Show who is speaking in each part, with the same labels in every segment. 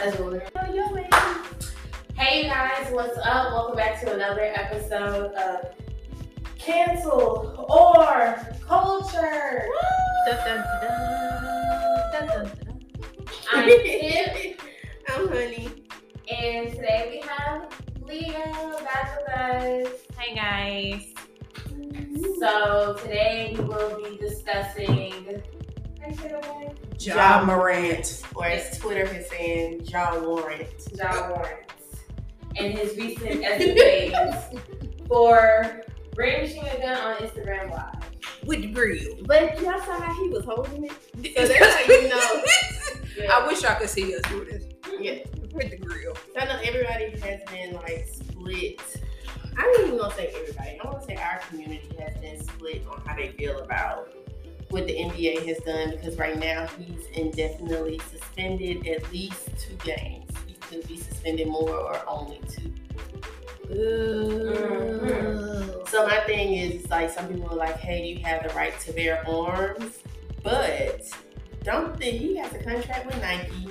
Speaker 1: As well. Hey you guys, what's up? Welcome back to another episode of Cancel or Culture.
Speaker 2: Dun, dun, dun, dun, dun, dun,
Speaker 1: I'm Tiff,
Speaker 3: I'm honey.
Speaker 1: and today we have Leah back with us.
Speaker 2: dun. Hey guys.
Speaker 1: So today we will be discussing. How you say that name?
Speaker 3: Ja Morant, or as Twitter is saying, Ja Warrant.
Speaker 1: John Lawrence and his recent escapades for brandishing a gun on Instagram Live.
Speaker 2: With grill.
Speaker 3: But y'all saw how he was holding it.
Speaker 2: So
Speaker 3: that's how you know.
Speaker 1: Yeah.
Speaker 2: I wish I could see us do this.
Speaker 3: Yeah.
Speaker 2: With the grill.
Speaker 3: I know everybody has been like split. I don't even gonna say everybody. I want to say our community has been split on how they feel about what the NBA has done because right now he's indefinitely suspended at least two games. He could be suspended more or only two.
Speaker 2: Ooh.
Speaker 3: So my thing is like some people are like, hey, you have the right to bear arms, but don't think he has a contract with Nike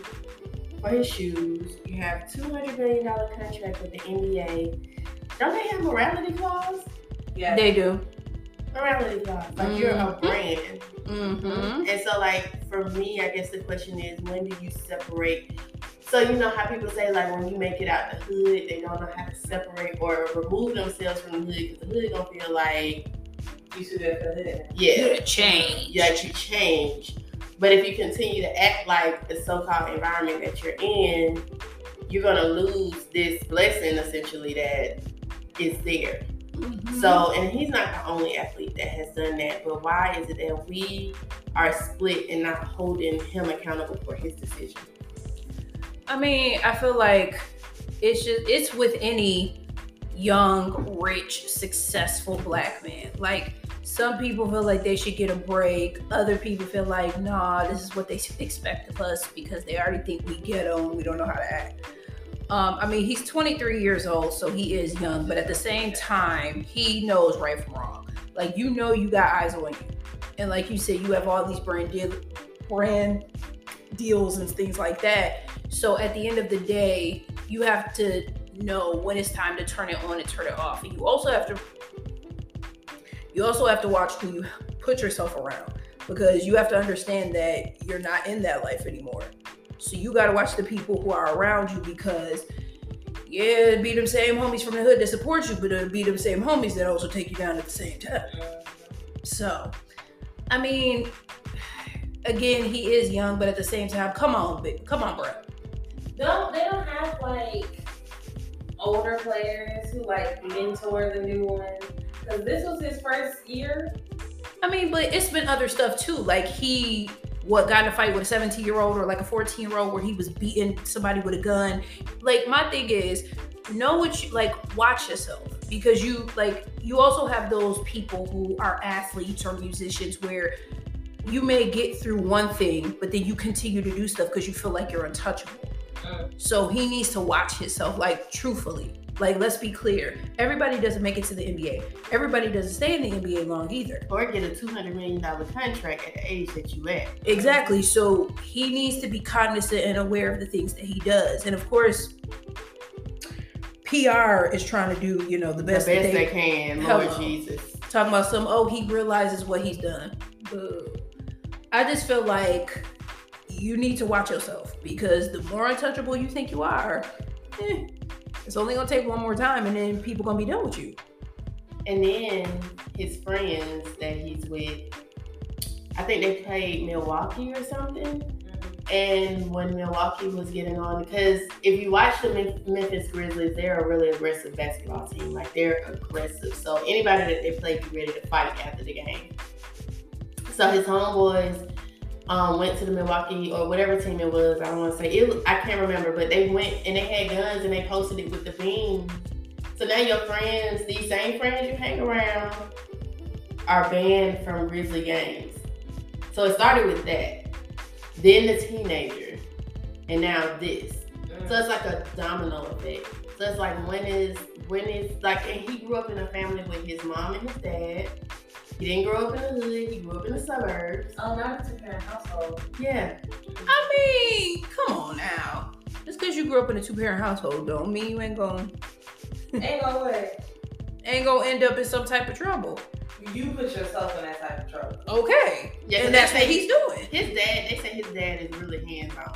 Speaker 3: for his shoes. You have two hundred million dollar contract with the NBA. Don't they have morality clause?
Speaker 1: Yeah.
Speaker 2: They do.
Speaker 3: Morality clause. Like you're a
Speaker 2: Mhm.
Speaker 3: brand.
Speaker 2: Mm-hmm.
Speaker 3: And so, like, for me, I guess the question is when do you separate? So, you know how people say, like, when you make it out the hood, they don't know how to separate or remove themselves from the hood because the hood gonna feel like,
Speaker 1: You should have done it.
Speaker 3: yeah,
Speaker 2: Change.
Speaker 3: yeah, that you change. But if you continue to act like the so called environment that you're in, you're gonna lose this blessing essentially that is there.
Speaker 2: Mhm.
Speaker 3: So, and he's not the only athlete that has done that, but why is it that we are split and not holding him accountable for his decision?
Speaker 2: I mean, I feel like it's just it's with any young, rich, successful black man. Like some people feel like they should get a break. Other people feel like, nah, this is what they expect of us because they already think we get on. We don't know how to act. Um, I mean, he's 23 years old, so he is young, but at the same time, he knows right from wrong. Like you know, you got eyes on you, and like you said, you have all these brand deal, brand deals and things like that. So at the end of the day, you have to know when it's time to turn it on and turn it off. And you also have to you also have to watch who you put yourself around because you have to understand that you're not in that life anymore. So you got to watch the people who are around you because yeah, it'd be them same homies from the hood that support you, but it'll be them same homies that also take you down at the same time. So, I mean, again, he is young, but at the same time, come on, bi- come on, bro.
Speaker 1: Don't they don't have like older players who like mentor the new one? Because this was his first year.
Speaker 2: I mean, but it's been other stuff too. Like he what got in a fight with a 17 year old or like a 14 year old where he was beating somebody with a gun. Like my thing is know what you like watch yourself because you like you also have those people who are athletes or musicians where you may get through one thing but then you continue to do stuff because you feel like you're untouchable
Speaker 1: Mm.
Speaker 2: so he needs to watch himself like truthfully like let's be clear everybody doesn't make it to the nba everybody doesn't stay in the nba long either
Speaker 3: Or get a two hundred million dollar contract at the age that you at.
Speaker 2: Exactly. So he needs to be cognizant and aware of the things that he does. And of course, PR is trying to do, you know, the best,
Speaker 3: the best
Speaker 2: that
Speaker 3: they
Speaker 2: they
Speaker 3: can, Lord
Speaker 2: Hello.
Speaker 3: Jesus.
Speaker 2: talking about some oh he realizes what he's done. Boo. I just feel like you need to watch yourself because the more untouchable you think you are, eh, it's only gonna take one more time and then people gonna be done with you.
Speaker 3: And then his friends that he's with, I think they played Milwaukee or something. And when Milwaukee was getting on, because if you watch the Mem- Memphis Grizzlies, they're a really aggressive basketball team. Like they're aggressive. So anybody that they play, be ready to fight after the game. So his homeboys um, went to the Milwaukee or whatever team it was. I don't want to say it. was- I can't remember, but they went and they had guns and they posted it with the beam. So now your friends, these same friends you hang around, are banned from Grizzly games. So it started with that, then the teenager, and now this. So it's like a domino effect. So it's like when is when is like and he grew up in a family with his mom and his dad. He didn't grow up in the hood, he grew up in the suburbs.
Speaker 1: Oh, not a two parent household.
Speaker 3: Yeah.
Speaker 2: I mean, come on now. Just because you grew up in a two parent household don't mean you ain't gonna
Speaker 1: Ain't no way.
Speaker 2: ain't gonna end up in some type of trouble.
Speaker 1: You put yourself in that type of trouble.
Speaker 2: Okay.
Speaker 3: Yeah, 'cause
Speaker 2: and
Speaker 3: they
Speaker 2: that's what
Speaker 3: say-
Speaker 2: he's doing.
Speaker 3: His dad, they say his dad is really hands on.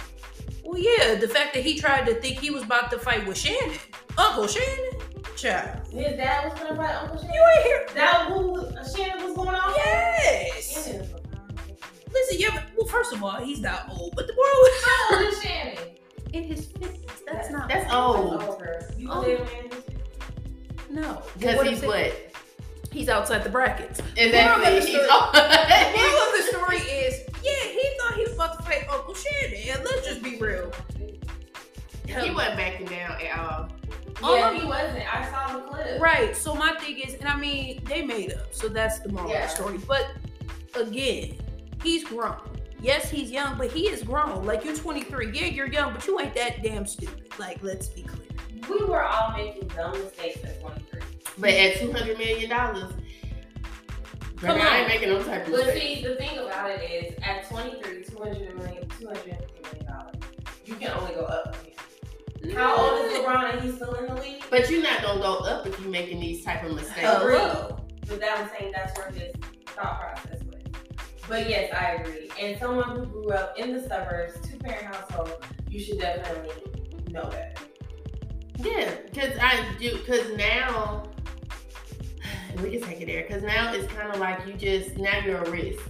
Speaker 2: Well, yeah, the fact that he tried to think he was about to fight with Shannon, Uncle Shannon, child.
Speaker 1: His dad was gonna fight Uncle Shannon.
Speaker 2: You ain't here. Oh,
Speaker 1: That who uh, Shannon was going on?
Speaker 2: Yes.
Speaker 1: Shannon was-
Speaker 2: Listen, yeah, but, well, first of all, he's not old, but the boy was
Speaker 1: How old is Shannon?
Speaker 2: in his 50s. That's not.
Speaker 3: That's old.
Speaker 1: Older. You
Speaker 2: Oh.
Speaker 1: live in-
Speaker 2: no.
Speaker 3: Because
Speaker 2: What
Speaker 3: he's
Speaker 2: I'm
Speaker 3: what?
Speaker 2: saying- He's outside the brackets.
Speaker 3: Exactly.
Speaker 2: the
Speaker 3: He's
Speaker 2: story- The
Speaker 3: old.
Speaker 2: moral of the story is, yeah, he thought he was about to fight Uncle Shannon. And let's just be real.
Speaker 3: he wasn't backing down at all.
Speaker 2: All
Speaker 1: Yeah,
Speaker 2: of-
Speaker 1: he wasn't. I saw the clip.
Speaker 2: Right. So my thing is, and I mean, they made up, so that's the moral
Speaker 1: Yeah.
Speaker 2: of the story. But again, he's grown. Yes, he's young, but he is grown. Like you're 23. Yeah, you're young, but you ain't that damn stupid. Like, let's be clear.
Speaker 1: We were all making dumb mistakes at 23.
Speaker 3: But at two hundred million dollars,
Speaker 1: Come
Speaker 3: I
Speaker 1: on.
Speaker 3: ain't making no type of
Speaker 1: But
Speaker 3: mistake.
Speaker 1: see, the thing about it is, at 23, 200 million, 250 million dollars, you can only go up. from here. How old is LeBron and he's still in the league?
Speaker 3: But you're not gonna go up if you're making these type of mistakes.
Speaker 1: Uh,
Speaker 2: Hello.
Speaker 1: But that I'm saying that's where his thought process was. But yes, I agree. And someone who grew up in the suburbs, two parent household, you should definitely know that.
Speaker 3: Yeah, because I do. Because now we can take it there. Because now it's kind of like you just now you're a risk.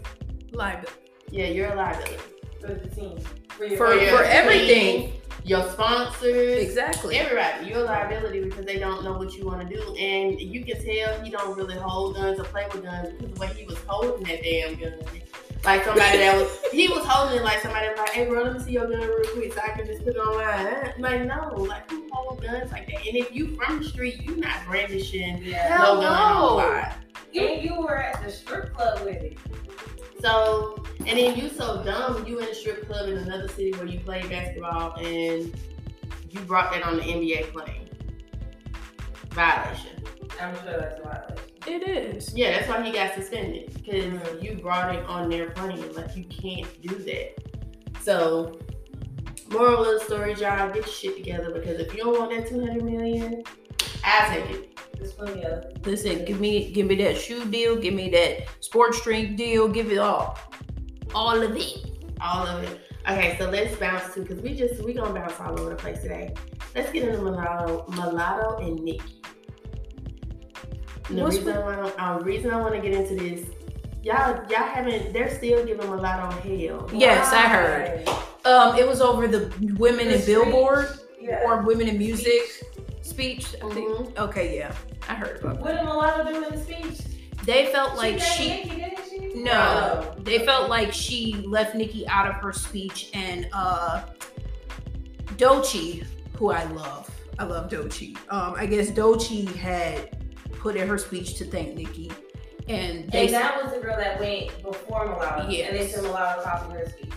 Speaker 2: Like
Speaker 3: Yeah, you're a liability
Speaker 1: For the team. your
Speaker 2: For-
Speaker 1: parents.
Speaker 3: your
Speaker 2: for everything.
Speaker 3: team, Your sponsors,
Speaker 2: exactly.
Speaker 3: everybody. You're a liability because they don't know what you want to do, and you can tell he don't really hold guns or play with guns because the way he was holding that damn gun. Like somebody that was, he was holding it like somebody was like, "Hey, bro, let me see your gun real quick so I can just put it online." Like, no, like who hold guns like that? And if you from the street, you not brandishing
Speaker 1: Yeah.
Speaker 3: no gun
Speaker 2: Hello.
Speaker 3: on the lot.
Speaker 1: And you were at the strip club with it.
Speaker 3: So, and then you so dumb, you in a strip club in another city where you play basketball and you brought that on the NBA plane. Violation.
Speaker 1: I'm sure that's a violation.
Speaker 2: It is.
Speaker 3: Yeah, that's why he got suspended because
Speaker 1: Mhm.
Speaker 3: you brought it on their plane. Like, you can't do that. So, moral of the story, y'all, get your shit together because if you don't want that 200 million, I'll take it.
Speaker 1: There's plenty of other
Speaker 2: Listen, give me give me that shoe deal, give me that sports drink deal, give it all. All of it.
Speaker 3: all of it. Okay, so let's bounce to because we just we gonna bounce all over the place today. Let's get into mulatto, mulatto and Nikki. And The
Speaker 2: What's
Speaker 3: reason I want um, reason I want to get into this, y'all y'all haven't they're still giving mulatto hell.
Speaker 2: Yes, I heard. Um, it was over the women
Speaker 1: The
Speaker 2: in Billboard
Speaker 1: streets, Yeah. Mm-hmm.
Speaker 2: or women in music speech. I think.
Speaker 3: Mhm.
Speaker 2: Okay, yeah, I heard about.
Speaker 1: What did Mulatto do in the speech?
Speaker 2: It. They felt like
Speaker 1: named
Speaker 2: she.
Speaker 1: Nicki, didn't she? Oh.
Speaker 2: No, they felt like she left Nikki out of her speech, and uh, Dochi, who I love, I love Dochi. Um, I guess Dochi had put in her speech to thank Nikki, and they
Speaker 1: And that was the girl that went before Mulatto.
Speaker 2: Yes.
Speaker 1: And they said Mulatto copied her speech.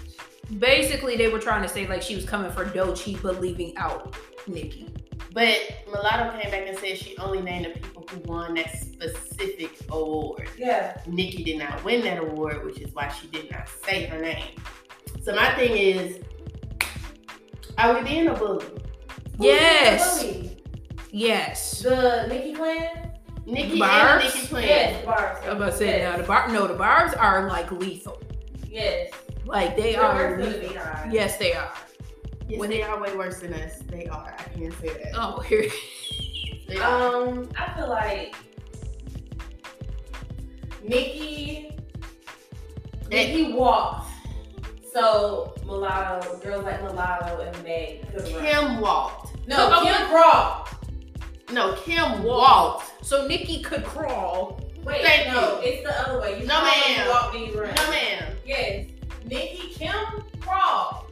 Speaker 2: basically they were trying to say like she was coming for Dochi, but leaving out Nikki.
Speaker 3: But mulatto came back and said she only named the people who won that specific award.
Speaker 1: Yeah.
Speaker 3: Nikki did not win that award, which is why she did not say her name. So my thing is, are we being a bully?
Speaker 1: Who
Speaker 2: Yes.
Speaker 1: was the bully?
Speaker 2: Yes.
Speaker 1: The Nikki clan?
Speaker 3: Nikki
Speaker 2: Barbs?
Speaker 3: and Nikki Plan.
Speaker 1: Yes, Barb's.
Speaker 2: I'm about to say
Speaker 1: yes.
Speaker 2: now the bar no the barbs are like lethal.
Speaker 1: Yes.
Speaker 2: Like they
Speaker 1: The
Speaker 2: are
Speaker 1: rest of the
Speaker 2: lethal.
Speaker 1: beehive.
Speaker 2: Yes, they are.
Speaker 3: Yes,
Speaker 2: When
Speaker 3: they are way worse than us. They are. I can't say that.
Speaker 2: Oh here.
Speaker 3: They are.
Speaker 1: Um, I feel like Nikki Nikki walked. So mulatto, girls like mulatto and Meg could run.
Speaker 3: Kim walked.
Speaker 1: No, Kim walked.
Speaker 3: No, Kim walked.
Speaker 2: So Nikki could crawl.
Speaker 1: Wait,
Speaker 3: Thank
Speaker 1: no,
Speaker 3: you.
Speaker 1: it's the other way. You
Speaker 3: No,
Speaker 1: crawl
Speaker 3: ma'am.
Speaker 1: and Walk these
Speaker 3: No,
Speaker 1: run.
Speaker 3: ma'am.
Speaker 1: Yes, Nikki Kim crawled.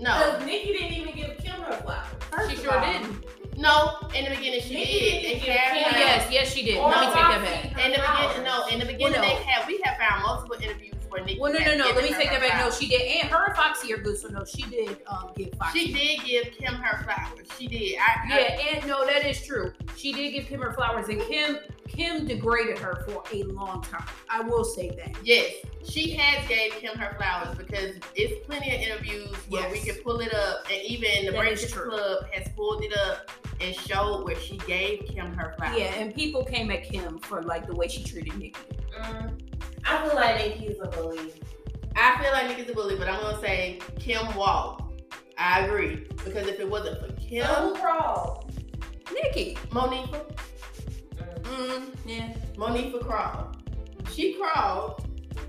Speaker 3: No.
Speaker 1: Because Nikki didn't even give Kim her flowers.
Speaker 3: First of all, No, in the beginning she
Speaker 1: Nikki
Speaker 3: did. They
Speaker 1: didn't give
Speaker 3: had
Speaker 1: Kim
Speaker 3: her-
Speaker 2: Yes, yes she did.
Speaker 1: Or
Speaker 2: Let me take that
Speaker 1: Roxy
Speaker 2: back.
Speaker 1: her
Speaker 3: In the
Speaker 1: flowers.
Speaker 3: beginning, no, in the beginning
Speaker 2: Well, no.
Speaker 3: they had. We have found multiple interviews before Nikki.
Speaker 2: Well, no, no,
Speaker 3: had
Speaker 2: no.
Speaker 3: given
Speaker 2: Let me
Speaker 3: her
Speaker 2: take
Speaker 3: her
Speaker 2: that back. No,
Speaker 3: flowers.
Speaker 2: she did. And her and Foxy are good, so no, she did um, give Foxy.
Speaker 3: she did give Kim her flowers. She did. I,
Speaker 2: Yeah, and no, that is true. She did give Kim her flowers, and Kim Kim degraded her for a long time. I will say that.
Speaker 3: I, yes, she has gave Kim her flowers because it's plenty of interviews where we
Speaker 2: Yes.
Speaker 3: can pull it up, and even the
Speaker 2: That is
Speaker 3: Breakfast
Speaker 2: true.
Speaker 3: Club has pulled it up and showed where she gave Kim her flowers.
Speaker 2: Yeah, and people came at Kim for like the way she treated Nikki.
Speaker 1: Mm, I feel like Nikki's a bully.
Speaker 3: I feel like niggas a bully, but I'm gonna say Kim Wall. I agree because if it wasn't for Kim,
Speaker 1: Don't crawl.
Speaker 2: Nikki.
Speaker 3: Monifa,
Speaker 1: Mm,
Speaker 2: Mm, yeah.
Speaker 3: Monifa crawled. She crawled.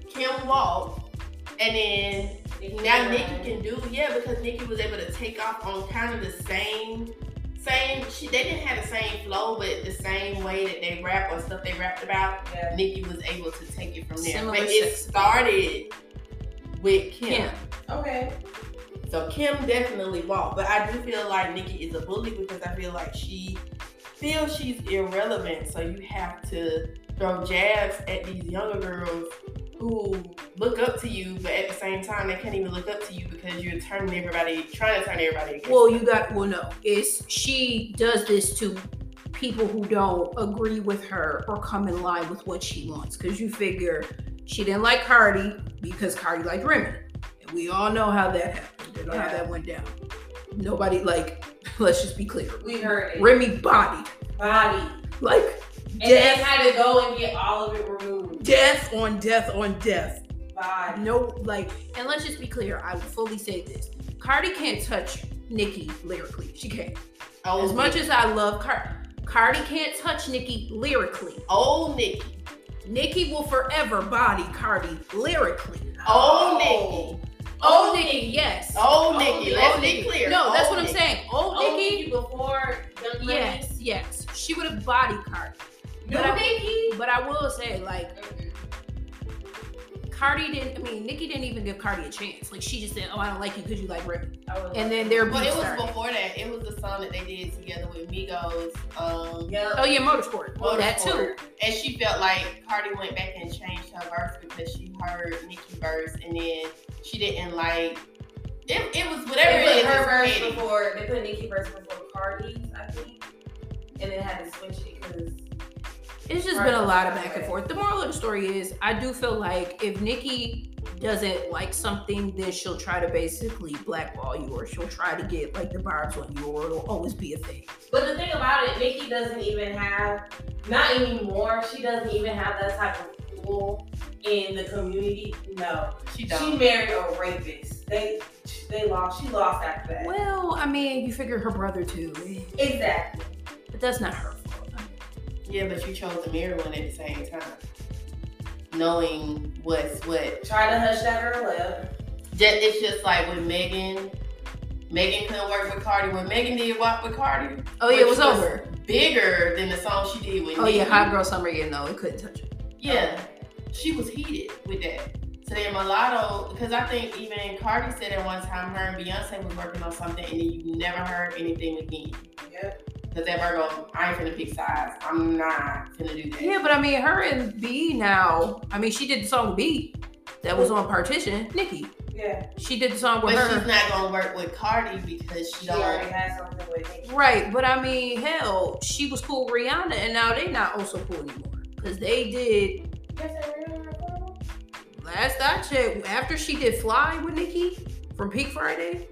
Speaker 3: Kim walked, and then
Speaker 1: Nikki
Speaker 3: now
Speaker 1: Minaj.
Speaker 3: Nikki can do yeah because Nikki was able to take off on kind of the same, same. She they didn't have the same flow, but the same way that they rap or stuff they rapped about.
Speaker 1: Yeah.
Speaker 3: Nikki was able to take it from there.
Speaker 2: Similar
Speaker 3: but it
Speaker 2: sex appeal.
Speaker 3: started with
Speaker 2: Kim.
Speaker 3: Kim.
Speaker 1: Okay.
Speaker 3: So Kim definitely won't. But I do feel like Nikki is a bully because I feel like she feels she's irrelevant. So you have to throw jabs at these younger girls who look up to you, but at the same time they can't even look up to you because you're turning everybody, trying to turn everybody against.
Speaker 2: Well,
Speaker 3: you.
Speaker 2: you got well no. It's she does this to people who don't agree with her or come in line with what she wants. Cause you figure she didn't like Cardi because Cardi liked Remy. And we all know how that happened and how
Speaker 1: Yeah.
Speaker 2: that went down. Nobody like let's just be clear.
Speaker 1: We heard it.
Speaker 2: Remy bodied.
Speaker 1: Body.
Speaker 2: Like
Speaker 1: And then
Speaker 2: death
Speaker 1: had to go and get all of it removed.
Speaker 2: death on death on death.
Speaker 1: Body.
Speaker 2: No like and let's just be clear, I will fully say this. Cardi can't touch Nikki lyrically. She can't.
Speaker 3: old
Speaker 2: As much
Speaker 3: Nikki,
Speaker 2: as I love Cardi, Cardi can't touch Nicki lyrically.
Speaker 3: old Nikki,
Speaker 2: Nicki will forever body Cardi lyrically.
Speaker 3: old
Speaker 1: Oh.
Speaker 3: Nikki,
Speaker 2: Old Nicki, yes.
Speaker 3: old
Speaker 1: Old
Speaker 3: Nikki.
Speaker 1: Nicki.
Speaker 3: Let's
Speaker 2: Old
Speaker 3: be
Speaker 2: Nicki.
Speaker 3: clear.
Speaker 2: Oh, No, that's
Speaker 3: Old
Speaker 2: what I'm
Speaker 3: Nikki.
Speaker 2: saying. Old
Speaker 1: Old
Speaker 2: Nicki,
Speaker 1: Nikki before Young Money.
Speaker 2: yes, yes. She would have body Cardi.
Speaker 1: New
Speaker 2: But I-
Speaker 1: Nikki.
Speaker 2: But I will say, like, Cardi didn't, I mean, Nicki didn't even give Cardi a chance. Like, she just said, oh, I don't like you because you like Remy.
Speaker 1: I was
Speaker 2: And
Speaker 1: like-
Speaker 2: then their
Speaker 3: But
Speaker 2: beef
Speaker 3: it was
Speaker 2: started.
Speaker 3: before that. It was the song that they did together with Migos. Um,
Speaker 1: Yup.
Speaker 2: Oh, yeah, Motorsport. Well, that too.
Speaker 3: Motorsport. And she felt like Cardi went back and changed her verse because she heard Nicki verse and then she didn't like it, it was whatever
Speaker 1: They put
Speaker 3: it is.
Speaker 1: her verse
Speaker 3: it's petty.
Speaker 1: before. They put Nikki verse before Cardi's, I think, and then had to switch it because
Speaker 2: It's just been a lot of back and forth. The moral of the story is, I do feel like if Nikki doesn't like something, then she'll try to basically blackball you, or she'll try to get like the barbs on you, or it'll always be a thing.
Speaker 1: But the thing about it, Nikki doesn't even have, not anymore, she doesn't even have that type of pull in the community. No.
Speaker 3: She
Speaker 1: She
Speaker 3: don't.
Speaker 1: married a rapist. They they lost, she lost after that.
Speaker 2: Well, I mean, you figure her brother too, eh,
Speaker 1: Exactly.
Speaker 2: but that's not her fault.
Speaker 3: yeah, but you chose to marry one at the same time. Knowing what's what.
Speaker 1: Try to hush that girl up.
Speaker 3: Just, it's just like with Megan. Megan couldn't work with Cardi. When Megan did walk with Cardi,
Speaker 2: Oh yeah, it
Speaker 3: which
Speaker 2: was over.
Speaker 3: Bigger than the song she did with
Speaker 2: Oh
Speaker 3: Nicki.
Speaker 2: yeah, hot girl summer. Yeah, no, it couldn't touch it.
Speaker 3: Yeah, she was heated with that. So then Mulatto, because I think even Cardi said at one time her and Beyonce was working on something, and then you never heard anything again.
Speaker 1: Oh, Yep.
Speaker 3: Because that Virgo, I ain't finna pick sides. I'm not finna do that.
Speaker 2: Yeah, but I mean, her and B now. I mean, she did the song with B that was on Partition. Nikki,
Speaker 1: Yeah.
Speaker 2: she did the song
Speaker 3: But
Speaker 2: with her.
Speaker 3: she's not gonna work with Cardi because she
Speaker 1: She
Speaker 3: don't.
Speaker 1: already had something with Nikki.
Speaker 2: Right, but I mean, hell, she was cool with Rihanna, and now they not also cool anymore because they did
Speaker 1: Yes, I really wanna go.
Speaker 2: last I checked after she did Fly with Nicki from Peak Friday,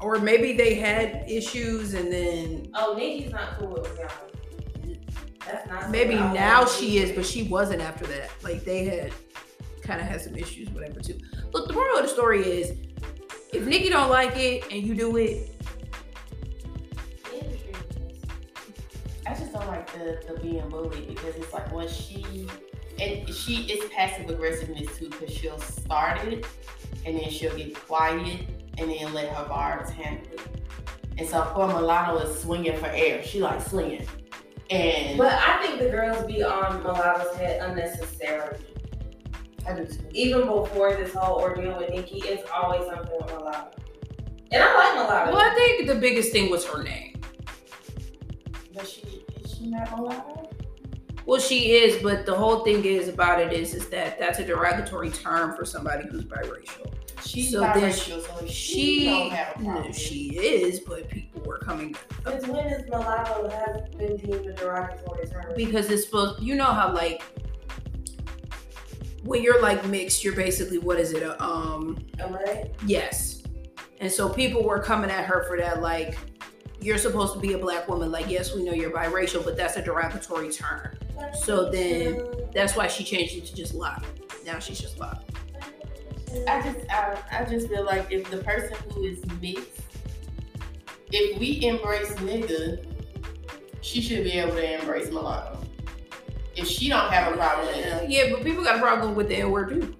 Speaker 2: or maybe they had issues, and then
Speaker 1: Oh, Nikki's not cool with y'all. That's not
Speaker 2: maybe now she is, but she wasn't after that. Like they had kind of had some issues, whatever. Too. Look, the moral of the story is, if Nicki don't like it and you do it,
Speaker 3: I just don't like the, the being bullied because it's like when she and she is passive aggressiveness too because she'll start it and then she'll get quiet and then let her barbs handle it. And so poor Mulatto is swinging for air. She like swinging and
Speaker 1: But I think the girls be on Mulatto's head unnecessarily.
Speaker 3: I do too.
Speaker 1: even before this whole ordeal with Nikki, it's always something with Mulatto. And I like Mulatto.
Speaker 2: well, I think the biggest thing was her name.
Speaker 3: But she is she not Mulatto?
Speaker 2: Well, she is, but the whole thing is about it is is that that's a derogatory term for somebody who's biracial.
Speaker 3: She's
Speaker 2: So then
Speaker 3: biracial, so if she, don't have a problem.
Speaker 2: no, she is, but people were coming
Speaker 1: Since when is mulatto has been deemed a derogatory term?
Speaker 2: because it's supposed. You know how like when you're like mixed, you're basically what is it? A, um,
Speaker 1: Am I?
Speaker 2: yes. And so people were coming at her for that, like you're supposed to be a black woman. Like yes, we know you're biracial, but that's a derogatory term. So then- That's why she changed it to just lop. Now she's just lop.
Speaker 3: I just I, I just feel like if the person who is mixed, if we embrace nigga, she should be able to embrace mulatto. If she don't have a problem with it,
Speaker 2: Yeah, but people got a problem with the N word too.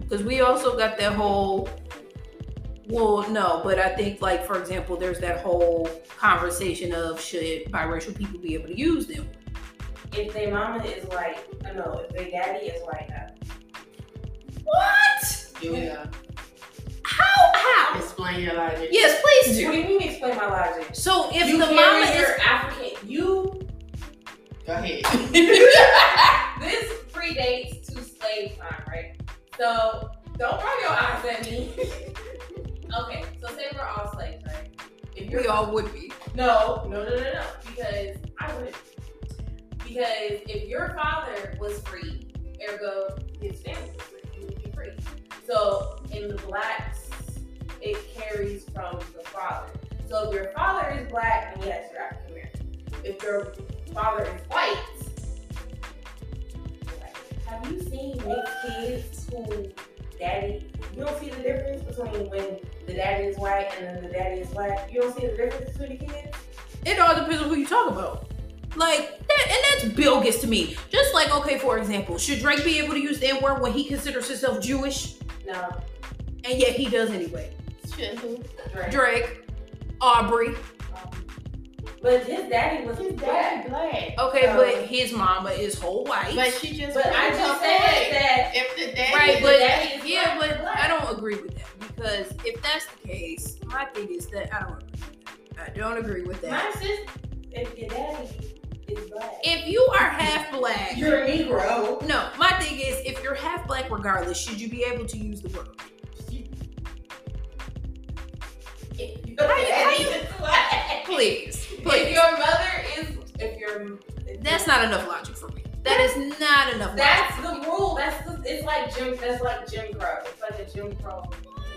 Speaker 2: Because we also got that whole. Well, no, but I think, like, for example, there's that whole conversation of should biracial people be able to use them?
Speaker 1: if their mama is white, uh, no, if their daddy is white, uh,
Speaker 2: What?
Speaker 3: yeah.
Speaker 2: How? How?
Speaker 3: Explain your logic.
Speaker 2: Yes, please
Speaker 1: what do
Speaker 2: do.
Speaker 1: you mean? Explain my logic.
Speaker 2: So if
Speaker 1: you
Speaker 2: the
Speaker 1: carry
Speaker 2: mama
Speaker 1: your
Speaker 2: is.
Speaker 1: African, you
Speaker 3: Go ahead.
Speaker 1: this predates to slave time, right? So don't roll your eyes at me. okay, so say we're all slaves, right? If
Speaker 2: We all would be.
Speaker 1: No, no, no, no, no. Because I wouldn't. Because if your father was free, ergo his family was free, he would be free. So in the blacks, it carries from the father. So if your father is black, then yes, you're African American. If your father is white, you're white. have you seen mixed kids who daddy? You don't see the difference between when the daddy is white and then the daddy is black. You don't see the difference between the kids.
Speaker 2: It all depends on who you talk about. Like that, and that's bogus to me. Just like, okay, for example, should Drake be able to use the N word when he considers himself Jewish,
Speaker 1: No,
Speaker 2: and yet he does anyway?
Speaker 3: Shit, who?
Speaker 1: Drake.
Speaker 2: Drake, Aubrey.
Speaker 1: Um, But his daddy was
Speaker 3: His
Speaker 1: his
Speaker 3: daddy black,
Speaker 2: Okay,
Speaker 1: Um,
Speaker 2: but his mama is whole white.
Speaker 3: but she just.
Speaker 1: But I
Speaker 3: proved
Speaker 1: just
Speaker 3: her
Speaker 1: said
Speaker 3: point.
Speaker 1: that.
Speaker 3: if the daddy
Speaker 2: right,
Speaker 1: his
Speaker 2: but
Speaker 1: daddy is
Speaker 2: yeah,
Speaker 1: black.
Speaker 2: but I don't agree with that because if that's the case, my thing is that I don't. Agree with that. I don't agree with that.
Speaker 1: My sister, if your daddy is black,
Speaker 2: If you are half black,
Speaker 1: you're a Negro.
Speaker 2: no. My thing is, if you're half black, regardless, should you be able to use the word?
Speaker 1: If your daddy is black,
Speaker 2: Please,
Speaker 1: if
Speaker 2: please.
Speaker 1: your mother is, if your if
Speaker 2: That's not enough logic for me. That is not enough.
Speaker 1: that's the rule. That's the, it's like Jim. That's like Jim Crow. It's like a Jim Crow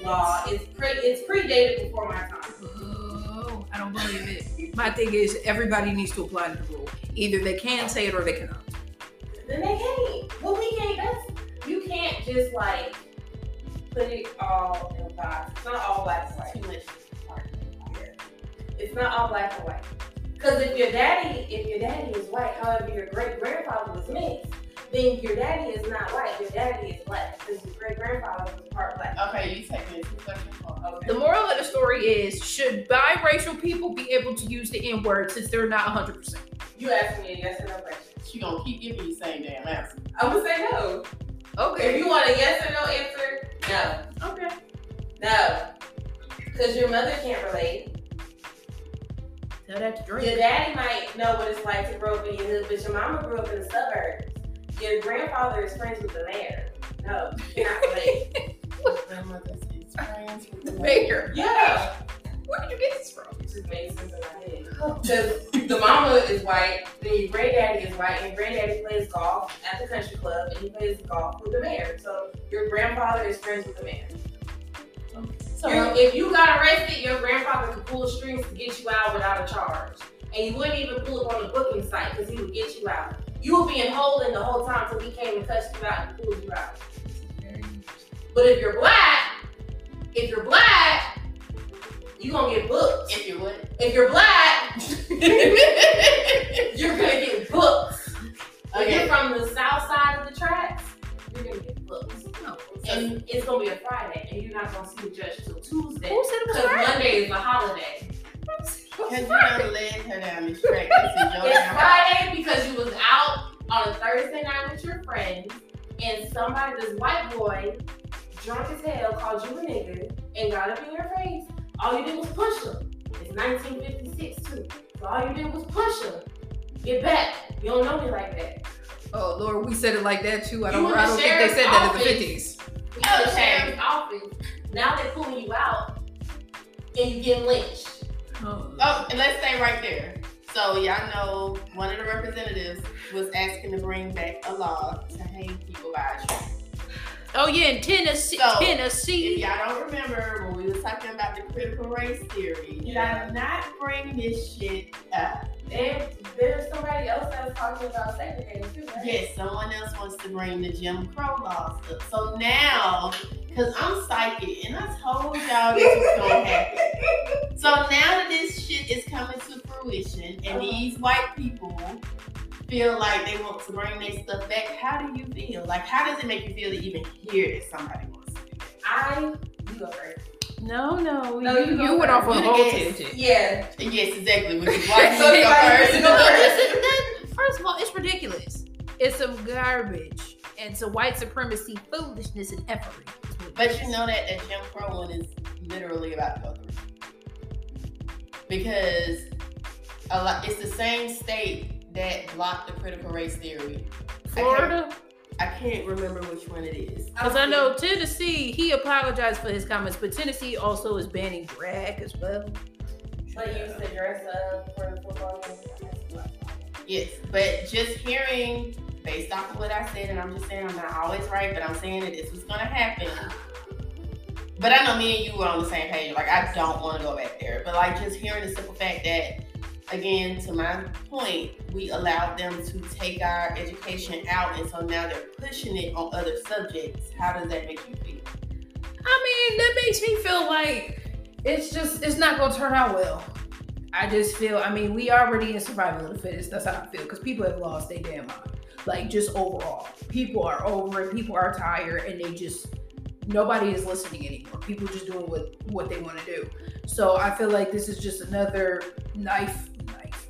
Speaker 1: law. It's pre it's predated before my time.
Speaker 2: Oh, I don't believe it. My thing is, everybody needs to apply the rule. Either they can say it or they cannot.
Speaker 1: Then they can't. Well, we can't. That's you can't just like put it all in a box. It's not all black and white.
Speaker 3: Too much.
Speaker 1: It's not all black and white. Because if your daddy, if your daddy is white, however your great grandfather was mixed, then your daddy is not white. Your daddy is black because your great grandfather was part black.
Speaker 3: Okay, you taking it too fucking far.
Speaker 1: Okay.
Speaker 2: The moral of the story is should biracial people be able to use the N word since they're not 100%?
Speaker 1: You asked me a yes or no question.
Speaker 3: She gonna keep giving you the same damn answer.
Speaker 1: I'm gonna say no. If
Speaker 2: Okay.
Speaker 1: you want a yes or no answer, no,
Speaker 2: Okay.
Speaker 1: no, because your mother can't relate.
Speaker 2: Tell that to
Speaker 1: Your
Speaker 2: Drake.
Speaker 1: daddy might know what it's like to grow up in your hood, but your mama grew up in the suburbs. Your grandfather is friends with the mayor. No, you're not related.
Speaker 3: Grandmother's is friends with the
Speaker 2: Baker.
Speaker 1: yeah.
Speaker 2: Where did you get this from?
Speaker 1: It just makes sense in my head. Because the mama is white, then your granddaddy is white, and your granddaddy plays golf at the country club, and he plays golf with the mayor. So your grandfather is friends with the mayor.
Speaker 3: So
Speaker 1: You- if you got arrested, your grandfather could pull strings to get you out without a charge. And you wouldn't even pull up on the booking site because he would get you out. You would be in holding the whole time till he came and touched you out and pulled you out. But if you're black, if you're black, you gonna get booked.
Speaker 3: if you would.
Speaker 1: If you're black,
Speaker 3: okay.
Speaker 1: you're gonna get booked. If you're from the south side of the tracks, you're gonna get booked.
Speaker 2: No.
Speaker 1: And it's gonna be a Friday, and you're not gonna see the judge till Tuesday.
Speaker 2: Who said it was
Speaker 1: Because
Speaker 2: Drake?
Speaker 1: Monday is a holiday.
Speaker 3: Because you done led her down this track. This is your
Speaker 1: It's
Speaker 3: house.
Speaker 1: Friday because you was out on a Thursday night with your friends, and somebody, this white boy, drunk as hell, called you a nigga and got up in your face. All you did was push him. It's 1956 too. So all you did was push him. Get back. You don't know me like that.
Speaker 2: Oh Lord, we said it like that too. I
Speaker 1: You
Speaker 2: don't.
Speaker 1: were
Speaker 2: I
Speaker 1: the
Speaker 2: don't think they said that in the
Speaker 1: sheriff's
Speaker 2: fifties.
Speaker 1: We
Speaker 3: Oh,
Speaker 1: go to
Speaker 3: shit.
Speaker 1: sheriff's office. Now they're pulling you out and you get lynched.
Speaker 3: Oh, and let's stay right there. So y'all know one of the representatives was asking to bring back a law to hang people by a tree.
Speaker 2: Oh yeah, in Tennessee,
Speaker 3: So, If
Speaker 2: Tennessee.
Speaker 3: y'all don't remember when we was talking about the critical race theory,
Speaker 1: Yeah.
Speaker 3: y'all not bring this shit up.
Speaker 1: There, there's somebody else that was talking about segregating too, right?
Speaker 3: Yes, someone else wants to bring the Jim Crow laws up. So now, because I'm psychic and I told y'all this was going to happen. So now that this shit is coming to fruition and these white people feel like they want to bring their stuff back, how do you feel? Like, how does it make you feel to even hear that somebody wants to do that?
Speaker 1: I, you go first.
Speaker 2: No, no,
Speaker 1: No, you
Speaker 2: you,
Speaker 1: go
Speaker 2: you went off
Speaker 3: first.
Speaker 2: on a
Speaker 3: You
Speaker 2: whole
Speaker 3: the guest.
Speaker 2: tangent.
Speaker 1: Yeah.
Speaker 3: Yes, exactly. Which is why you
Speaker 1: So
Speaker 3: go
Speaker 1: everybody
Speaker 3: first.
Speaker 1: go first.
Speaker 2: This is- that- first of all, it's ridiculous. It's some garbage and some white supremacy foolishness and effery.
Speaker 3: But you know that that Jim Crow one is literally about to go through because a lot. It's the same state that blocked the critical race theory.
Speaker 2: Florida,
Speaker 3: I can't remember which one it is.
Speaker 2: because I know Tennessee, he apologized for his comments, but Tennessee also is banning drag as well.
Speaker 1: But you used to dress up for the football game.
Speaker 3: Yes, but just hearing based off of what I said, and I'm just saying I'm not always right, but I'm saying that this was gonna happen. But I know me and you were on the same page. Like I don't want to go back there, but like just hearing the simple fact that, again, to my point, we allowed them to take our education out, and so now they're pushing it on other subjects. How does that make you feel?
Speaker 2: I mean, that makes me feel like it's just it's not gonna turn out well. I just feel I mean, we already in survival of the fittest. That's how I feel because people have lost their damn mind. Like just overall, people are over it. People are tired, and they just nobody is listening anymore. People just doing what what they want to do. So I feel like this is just another knife, knife,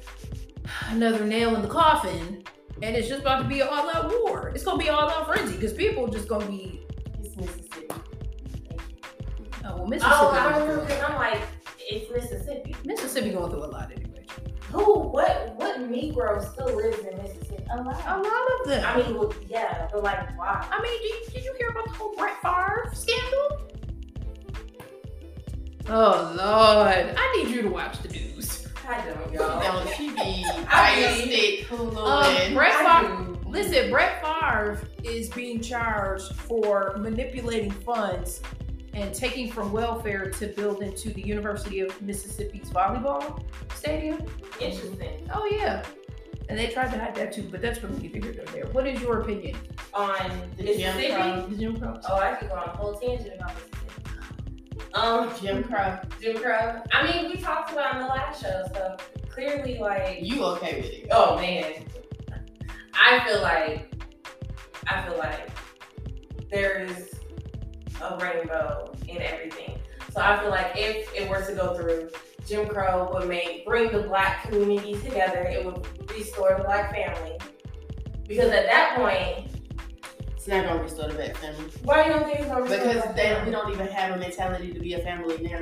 Speaker 2: another nail in the coffin, and it's just about to be an all out war. It's gonna be an all out frenzy because people just gonna be
Speaker 3: It's Mississippi.
Speaker 2: Oh, well, Mississippi.
Speaker 1: Oh, I
Speaker 2: going
Speaker 1: remember
Speaker 2: through-
Speaker 1: because I'm like, it's Mississippi.
Speaker 2: Mississippi going through a lot anyway.
Speaker 1: Who, what, what Negro still lives in Mississippi? A
Speaker 2: A
Speaker 1: lot.
Speaker 2: lot of them.
Speaker 1: I mean, well, yeah, but like, why?
Speaker 2: I mean, did, did you hear about the whole Brett Favre scandal? Oh Lord, I need you to watch the news.
Speaker 1: I don't, y'all.
Speaker 3: Don't she be
Speaker 1: I
Speaker 3: fire
Speaker 1: mean-
Speaker 3: stick Hulu?
Speaker 2: Um,
Speaker 3: and-
Speaker 2: Brett
Speaker 1: Oh, I
Speaker 2: Favre.
Speaker 1: do.
Speaker 2: Listen, Brett Favre is being charged for manipulating funds and taking from welfare to build into the University of Mississippi's volleyball stadium.
Speaker 1: Interesting.
Speaker 2: Oh yeah, and they tried to hide that too, but that's from either here or there. What is your opinion?
Speaker 1: On
Speaker 3: The Jim
Speaker 1: Mississippi?
Speaker 3: Crow.
Speaker 2: Jim Crow.
Speaker 1: Oh, I could go on a whole tangent about Mississippi. Um,
Speaker 3: Jim Crow.
Speaker 1: Jim Crow. I mean, we talked about it on the last show, so clearly, like,
Speaker 3: You okay with it?
Speaker 1: Oh man, I feel like I feel like there is a rainbow in everything. So I feel like if it were to go through, Jim Crow would make bring the black community together. It would restore the black family because at that point,
Speaker 3: It's not gonna restore the black family
Speaker 1: why you don't think it's gonna restore the
Speaker 3: because
Speaker 1: black
Speaker 3: they, we
Speaker 1: family?
Speaker 3: don't even have a mentality to be a family now.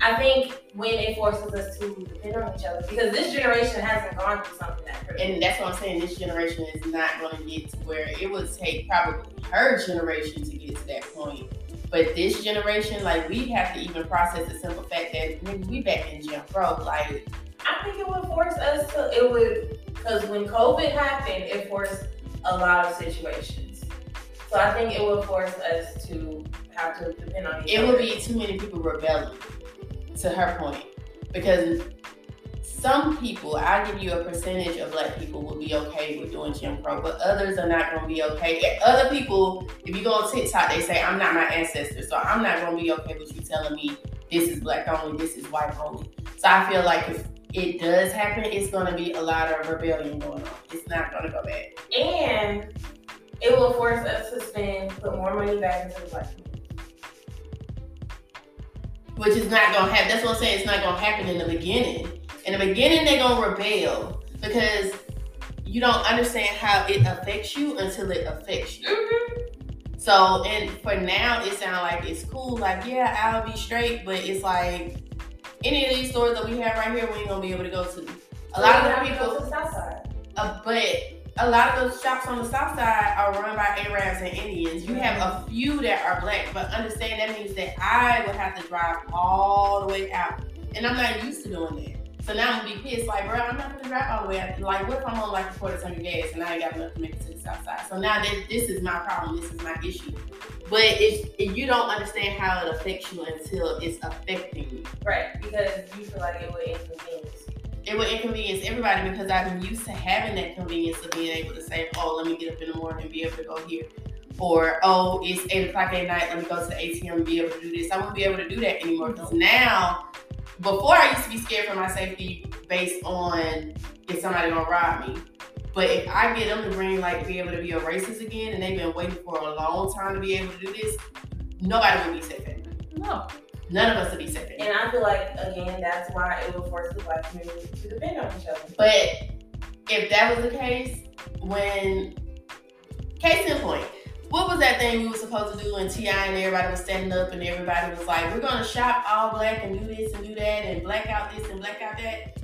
Speaker 1: I think when it forces us to depend on each other because this generation hasn't gone through something that critical.
Speaker 3: And that's what I'm saying. This generation is not gonna get to where it would take probably her generation to get to that point. But this generation, like we have to even process the simple fact that nigga, we back in Jim Crow. Like
Speaker 1: I think it would force us to, it would, because when COVID happened, it forced a lot of situations. So I think it would force us to have to depend on each
Speaker 3: it
Speaker 1: other.
Speaker 3: would be too many people rebelling. To her point, because some people, I give you a percentage of black people will be okay with doing Jim Crow, but others are not going to be okay. And Other people, if you go on TikTok, they say, I'm not my ancestor, so I'm not going to be okay with you telling me this is black only, this is white only. So I feel like if it does happen, it's going to be a lot of rebellion going on. It's not going to go back.
Speaker 1: And it will force us to spend, put more money back into the black community.
Speaker 3: which is not gonna happen. That's what I'm saying. It's not gonna happen in the beginning. In the beginning, they're gonna rebel because you don't understand how it affects you until it affects you. So, and for now, it sounds like it's cool. Like, yeah, I'll be straight, but it's like any of these stores that we have right here, we ain't gonna be able to go to. A
Speaker 1: So
Speaker 3: lot of
Speaker 1: we
Speaker 3: the
Speaker 1: have to go
Speaker 3: people,
Speaker 1: to the South Side.
Speaker 3: a Uh, but a lot of those shops on the south side are run by Arabs and Indians. You have a few that are black, but understand that means that I would have to drive all the way out, and I'm not used to doing that. So now I'm gonna be pissed, like, bro, I'm not gonna drive all the way. out. Like, what if I'm on like a quarter ton of gas and I ain't got enough to make it to the south side? So now that this is my problem, this is my issue. But if, if you don't understand how it affects you until it's affecting you,
Speaker 1: Right, because you feel like it would inconvenience you.
Speaker 3: it would inconvenience everybody because I've been used to having that convenience of being able to say, oh, let me get up in the morning and be able to go here. Or, oh, it's 8 o'clock at night, let me go to the ATM and be able to do this. I won't be able to do that anymore because now, before I used to be scared for my safety based on if somebody gonna rob me. But if I get them to bring, like, be able to be a racist again and they've been waiting for a long time to be able to do this, nobody would be safe at night.
Speaker 2: No.
Speaker 3: None of us would be safe at night.
Speaker 1: And I feel like again, that's why it would force the black community to depend on each other.
Speaker 3: But if that was the case, when case in point, what was that thing we were supposed to do when Ti and everybody was standing up and everybody was like, "We're gonna shop all black and do this and do that and black out this and black out that"?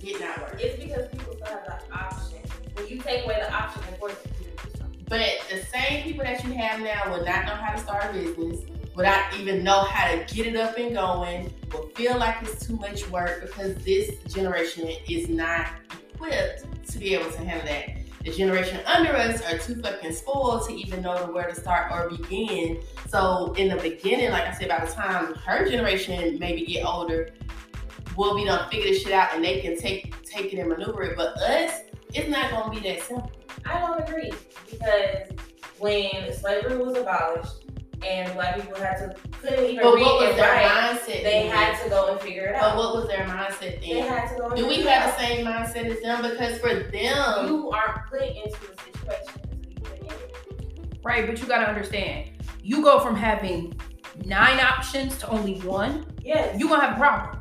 Speaker 3: Did not work.
Speaker 1: It's because people still have the option. When you take away the option, it forces you to do something.
Speaker 3: But the same people that you have now will not know how to start a business, will not even know how to get it up and going, will feel like it's too much work because this generation is not equipped to be able to handle that. The generation under us are too fucking spoiled to even know where to start or begin. So in the beginning, like I said, by the time her generation maybe get older, we'll be done figure this shit out and they can take take it and maneuver it. But us, it's not gonna be that simple.
Speaker 1: I don't agree because when slavery was abolished and black people had to couldn't even
Speaker 3: But
Speaker 1: read
Speaker 3: what was
Speaker 1: and
Speaker 3: their
Speaker 1: write,
Speaker 3: mindset?
Speaker 1: they
Speaker 3: then?
Speaker 1: had to go and figure it
Speaker 3: But
Speaker 1: out.
Speaker 3: what was their mindset
Speaker 1: they
Speaker 3: then?
Speaker 1: had to go. And
Speaker 3: Do
Speaker 1: figure
Speaker 3: we
Speaker 1: it
Speaker 3: have
Speaker 1: out.
Speaker 3: the um, same mindset as them? Because for them,
Speaker 1: You aren't put into a situation until you put in it.
Speaker 2: Right, but you gotta understand, you go from having nine options to only one,
Speaker 1: Yes.
Speaker 2: you gonna have a problem.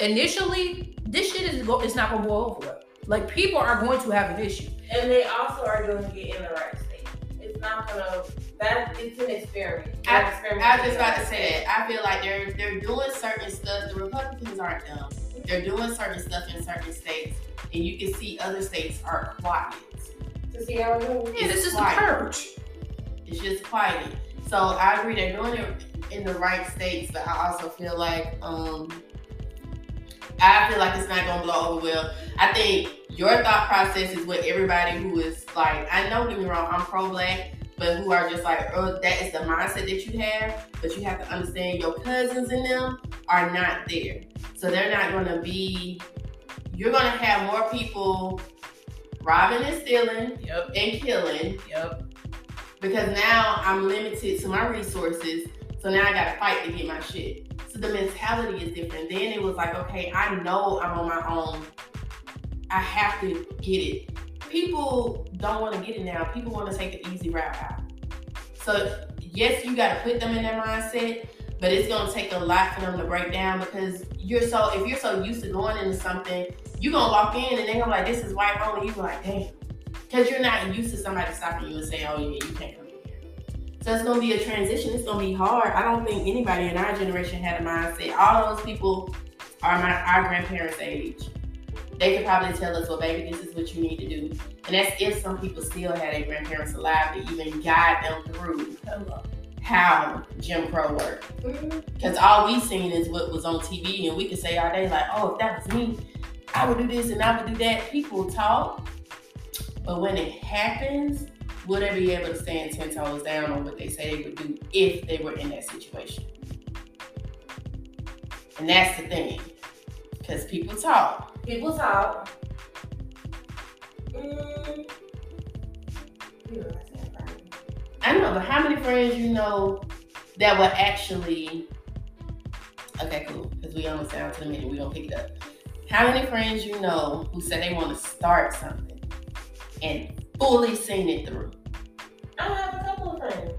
Speaker 2: Initially, this shit is go- it's not gonna go over well. Like people are going to have an issue.
Speaker 1: And they also are doing it in the right state. It's not gonna that it's an experiment.
Speaker 3: I-
Speaker 1: An experiment
Speaker 3: I was just about to say that. I feel like they're they're doing certain stuff. The Republicans aren't dumb. They're doing certain stuff in certain states, and you can see other states are quiet.
Speaker 1: to see how it goes.
Speaker 2: Yeah, this is the
Speaker 3: Right.
Speaker 2: purge.
Speaker 3: It's just quiet. So I agree they're doing it in the right states, but I also feel like um I feel like it's not gonna blow over well. I think your thought process is what everybody who is like, I know don't get me wrong, I'm pro black, but who are just like, oh, that is the mindset that you have, but you have to understand your cousins and them are not there. So they're not gonna be you're gonna have more people robbing and stealing
Speaker 2: Yep,
Speaker 3: and killing
Speaker 2: yep.
Speaker 3: because now I'm limited to my resources. So now I gotta fight to get my shit. So the mentality is different. Then it was like, okay, I know I'm on my own. I have to get it. People don't want to get it now. People want to take the easy route out. So yes, you gotta put them in that mindset, but it's gonna take a lot for them to break down because you're so if you're so used to going into something, you're gonna walk in and they're gonna be like, this is white only. You're like, damn. Because you're not used to somebody stopping you and saying, oh, yeah, you can't come in here. So it's going to be a transition. It's going to be hard. I don't think anybody in our generation had a mindset. All those people are my our grandparents' age. They could probably tell us, well, baby, this is what you need to do. And that's if some people still had their grandparents alive to even guide them through how Jim Crow worked.
Speaker 1: Mhm.
Speaker 3: Because all we seen is what was on TV, and we could say all day, like, oh, if that was me, I would do this and I would do that. People talk, but when it happens, will they be able to stand 10 toes down on what they say they would do if they were in that situation? And that's the thing, because people talk.
Speaker 1: People talk. Mm. You know what I'm saying, right?
Speaker 3: I know, but how many friends you know that were actually. Okay, cool, because we almost down to the minute, we're going to pick it up. How many friends you know who said they want to start something and fully seen it through?
Speaker 1: I have a couple of friends.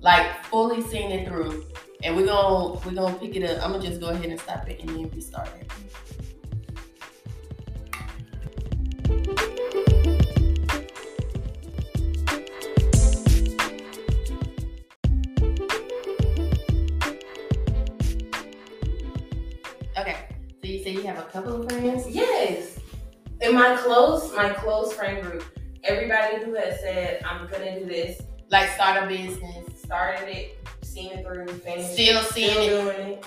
Speaker 3: Like fully seen it through. And we're gonna we're gonna pick it up. I'm gonna just go ahead and stop it and then restart it. Okay. So you say you have a couple of friends?
Speaker 1: Yes. in my close, my close friend group, everybody who has said I'm gonna do this,
Speaker 3: Like start a business,
Speaker 1: started it, seen it through, finished, it,
Speaker 3: still seeing it.
Speaker 1: still doing it.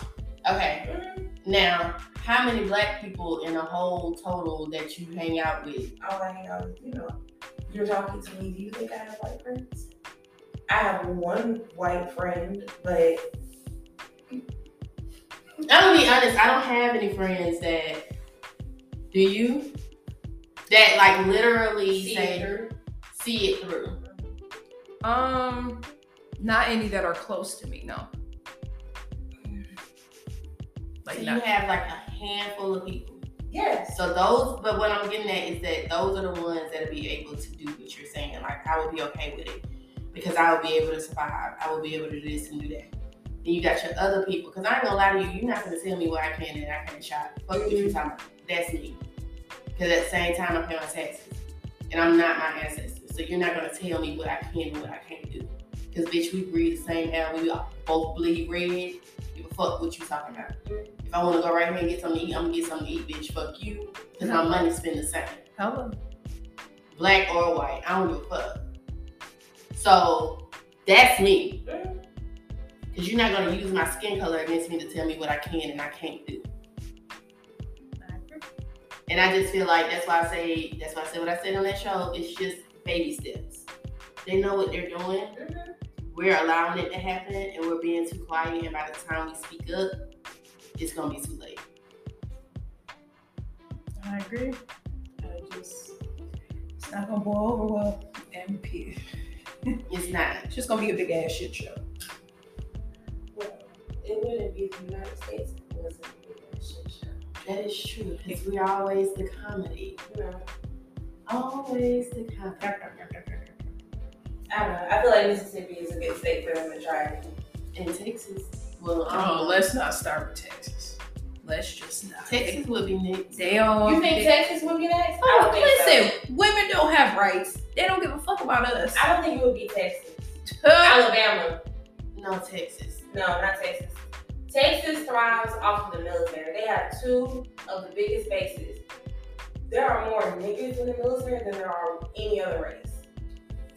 Speaker 3: Okay,
Speaker 1: Mhm.
Speaker 3: now how many black people in a whole total that you hang out with?
Speaker 1: I'm like, um, you know, you're talking to me. Do you think I have white friends? I have one white friend, but
Speaker 3: I'm gonna be honest. I don't have any friends that. Do you? That like literally
Speaker 1: see
Speaker 3: say
Speaker 1: it through.
Speaker 3: see it through.
Speaker 2: Um, not any that are close to me. No. Like
Speaker 3: so
Speaker 2: not.
Speaker 3: you have like a handful of people.
Speaker 1: Yes.
Speaker 3: So those, but what I'm getting at is that those are the ones that'll be able to do what you're saying. Like I would be okay with it because I would be able to survive. I would be able to do this and do that. Then you got your other people. Because I ain't gonna lie to you, you're not gonna tell me where I can and I can't shop. Fuck what you talking about. That's me. Because at the same time, I'm paying my taxes, and I'm not my ancestors. So you're not gonna tell me what I can and what I can't do. Because bitch, we breathe the same air. We all both bleed red. Give a fuck what you talking about. If I want to go right here and get something to eat, I'm gonna get something to eat, bitch. Fuck you, because my money's been the same,
Speaker 2: Hello.
Speaker 3: black or white. I don't give a fuck. So that's me,
Speaker 1: Mm-hmm.
Speaker 3: because you're not gonna use my skin color against me to tell me what I can and I can't do. And I just feel like that's why I say that's why I said what I said on that show. It's just baby steps. They know what they're doing. We're allowing it to happen, and we're being too quiet. And by the time we speak up, it's gonna be too late.
Speaker 2: I agree. I just it's not gonna boil over well. MP.
Speaker 3: It's not.
Speaker 2: It's just gonna be a big ass shit show.
Speaker 1: Well, it wouldn't be the United States if it wasn't a big ass shit show.
Speaker 3: That is true. Because we always the comedy.
Speaker 1: You know,
Speaker 3: Always the comedy.
Speaker 1: I don't know. I feel like Mississippi is a good state for them to try. it.
Speaker 3: In Texas, well, um,
Speaker 2: Oh, let's not start with Texas. Let's just not.
Speaker 3: Texas would be next.
Speaker 2: They don't.
Speaker 1: You think Texas would be next? I
Speaker 2: Oh,
Speaker 1: don't think so.
Speaker 2: listen, women don't have rights. They don't give a fuck about us.
Speaker 1: I don't think it would be Texas.
Speaker 2: Huh?
Speaker 1: Alabama.
Speaker 3: No, Texas.
Speaker 1: No, not Texas. Texas thrives off of the military. They have two of the biggest bases. There are more niggas in the military than there are any other race.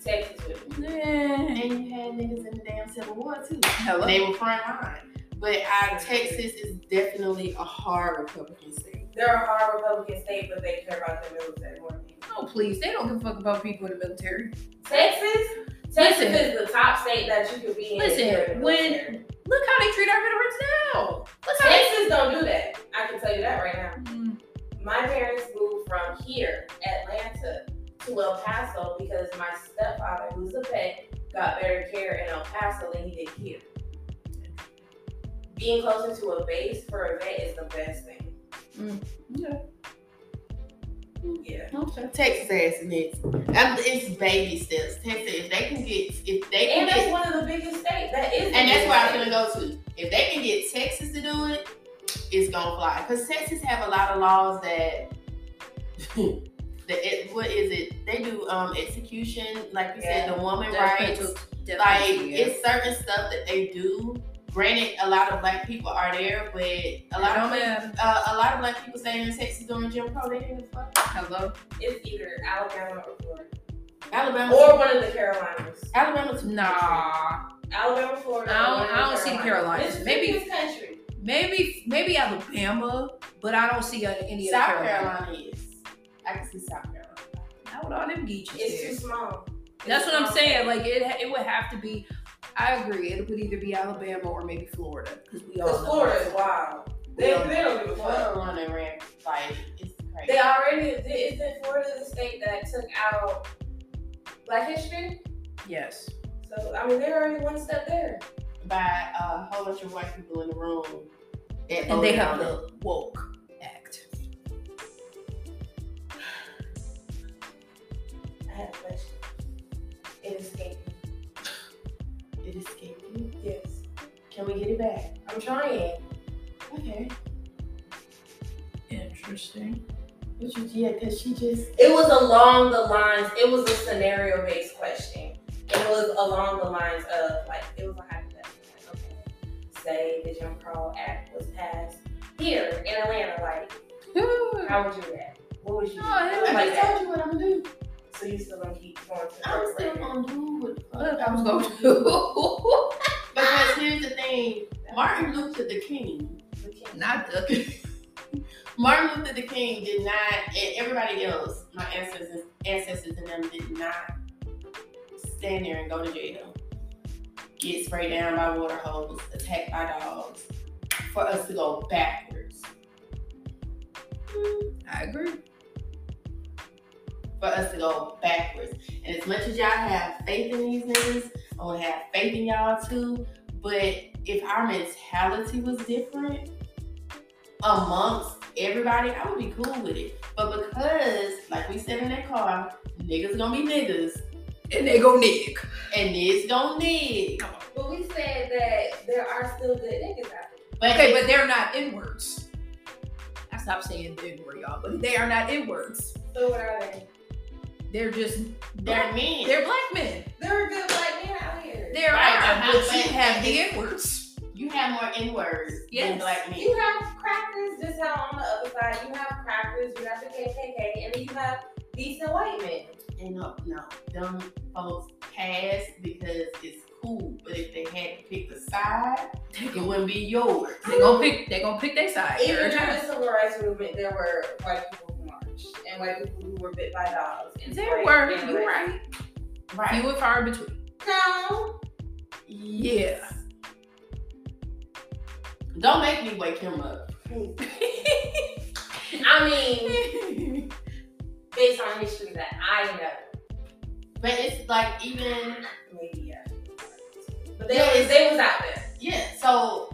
Speaker 1: Texas would be.
Speaker 2: Yeah.
Speaker 3: And you had niggas in the damn Civil War too.
Speaker 2: Hello.
Speaker 3: They were front line. But I, Texas is definitely a hard Republican state.
Speaker 1: They're a hard Republican state, but they care about the military more than anything.
Speaker 2: oh, please. They don't give a fuck about people in the military.
Speaker 1: Texas, Texas
Speaker 2: Listen.
Speaker 1: is the top state that you could be in.
Speaker 2: Listen,
Speaker 1: You're in the
Speaker 2: when-
Speaker 1: military.
Speaker 2: Look how they treat our veterans now. Look how they.
Speaker 1: Texas don't do that, I can tell you that right now.
Speaker 2: Mm,
Speaker 1: My parents moved from here, Atlanta, to El Paso because my stepfather, who's a vet, got better care in El Paso than he did here. Being closer to a base for a vet is the best thing.
Speaker 2: yeah,
Speaker 1: Yeah.
Speaker 2: okay.
Speaker 3: Texas ass is next. Um, it's baby steps. Texas, if they can get, if they can
Speaker 1: And
Speaker 3: get
Speaker 1: that's one of the biggest states. That is. the
Speaker 3: And that's
Speaker 1: biggest
Speaker 3: where I'm
Speaker 1: state.
Speaker 3: gonna go to. If they can get Texas to do it, it's gonna fly. Cause Texas have a lot of laws that, the, it, what is it? They do um execution, like you said, the woman rights. Like it's certain stuff that they do. Granted, a lot of black people are there, but a lot
Speaker 2: don't
Speaker 3: of
Speaker 2: matter.
Speaker 3: uh, a lot of black people staying in Texas during Jim Crow. They didn't give a fuck.
Speaker 2: Hello.
Speaker 1: It's either Alabama or Florida.
Speaker 3: Alabama,
Speaker 1: Or one of the Carolinas.
Speaker 3: Alabama, too.
Speaker 2: Nah.
Speaker 1: Alabama, Florida.
Speaker 2: I don't-
Speaker 1: North
Speaker 2: I don't see the Carolinas.
Speaker 1: This is
Speaker 2: Maybe-
Speaker 1: this country.
Speaker 2: Maybe maybe Alabama, but I don't see any of the
Speaker 3: South
Speaker 2: Carolina.
Speaker 3: Carolina is. I can see South Carolina.
Speaker 2: Not with all them geeches.
Speaker 1: It's
Speaker 2: there.
Speaker 1: too small. It's
Speaker 2: That's
Speaker 1: too
Speaker 2: what I'm
Speaker 1: small.
Speaker 2: saying. Like it, it would have to be. I agree. It would either be Alabama or maybe Florida because we all
Speaker 1: Because
Speaker 2: know.
Speaker 1: Florida is wild. They,
Speaker 3: Yeah.
Speaker 1: they don't give a fuck.
Speaker 3: Florida running rampant, like it's crazy.
Speaker 1: They already isn't Florida the state that took out Black history.
Speaker 2: Yes.
Speaker 1: So I mean, they're already one step there.
Speaker 3: by a whole bunch of white people in the room. that
Speaker 2: And
Speaker 3: voted
Speaker 2: they
Speaker 3: on
Speaker 2: have
Speaker 3: it.
Speaker 2: the woke act.
Speaker 1: I have a question. It escaped me.
Speaker 3: It escaped you.
Speaker 1: Yes,
Speaker 3: Can we get it back?
Speaker 1: I'm trying.
Speaker 3: Okay.
Speaker 2: Interesting.
Speaker 3: What you, yeah, because she just.
Speaker 1: It was along the lines. It was a scenario based question. It was along the lines of like it was a hypothetical. Like, okay, say the Jim Crow Act was passed here in Atlanta. Like, how would you react?
Speaker 4: What was you?
Speaker 2: No, it
Speaker 4: doing?
Speaker 2: was
Speaker 3: I
Speaker 2: like
Speaker 3: just told you what I'm gonna do.
Speaker 4: so you still gonna keep going to the
Speaker 3: I'm
Speaker 4: first
Speaker 3: still
Speaker 4: grade?
Speaker 3: gonna do what the fuck
Speaker 2: Look,
Speaker 3: I was gonna do. because here's the thing, Martin Luther the King,
Speaker 4: We can't-
Speaker 3: not the Martin Luther the King did not, and everybody else, my ancestors, ancestors and them did not stand there and go to jail, get sprayed down by water hoses, attacked by dogs, for us to go backwards.
Speaker 2: I agree.
Speaker 3: for us to go backwards. And as much as y'all have faith in these niggas, I would have faith in y'all too. But if our mentality was different amongst everybody, I would be cool with it. But because, like we said in that car, niggas gonna be niggas
Speaker 2: And they go Nick.
Speaker 3: and niggas gonna nig.
Speaker 1: But we said that there are still good niggas out there.
Speaker 3: But
Speaker 2: Okay, but they're not N words. I stopped saying N word, y'all, but they are not N words.
Speaker 1: So what are they?
Speaker 2: They're just
Speaker 3: they're men.
Speaker 2: they're black men.
Speaker 1: There are good black men out here.
Speaker 2: There
Speaker 3: Right,
Speaker 2: are,
Speaker 3: but
Speaker 2: but
Speaker 3: not
Speaker 2: you
Speaker 3: black
Speaker 2: have
Speaker 3: men.
Speaker 2: the N words.
Speaker 3: you have more N words than
Speaker 2: Yes.
Speaker 3: black men.
Speaker 1: You have crackers just out on the other side. You have crackers, you have the KKK, and then you have decent white men.
Speaker 3: And no, no, them folks pass because it's cool. But if they had to pick a side, it wouldn't be yours.
Speaker 2: They gonna pick they gonna pick their side.
Speaker 1: Even
Speaker 2: every
Speaker 1: during
Speaker 2: time.
Speaker 1: the civil rights movement, there were white people who marched and white people who were bit by dogs. and
Speaker 2: There
Speaker 1: raped
Speaker 2: were
Speaker 1: and
Speaker 2: you
Speaker 1: raped.
Speaker 2: right. Few and far between.
Speaker 1: No,
Speaker 2: Yeah.
Speaker 3: Don't make me wake him up.
Speaker 1: I mean, based on history that I know,
Speaker 3: But it's like even
Speaker 1: maybe yeah. But they, they was out there.
Speaker 3: yeah. So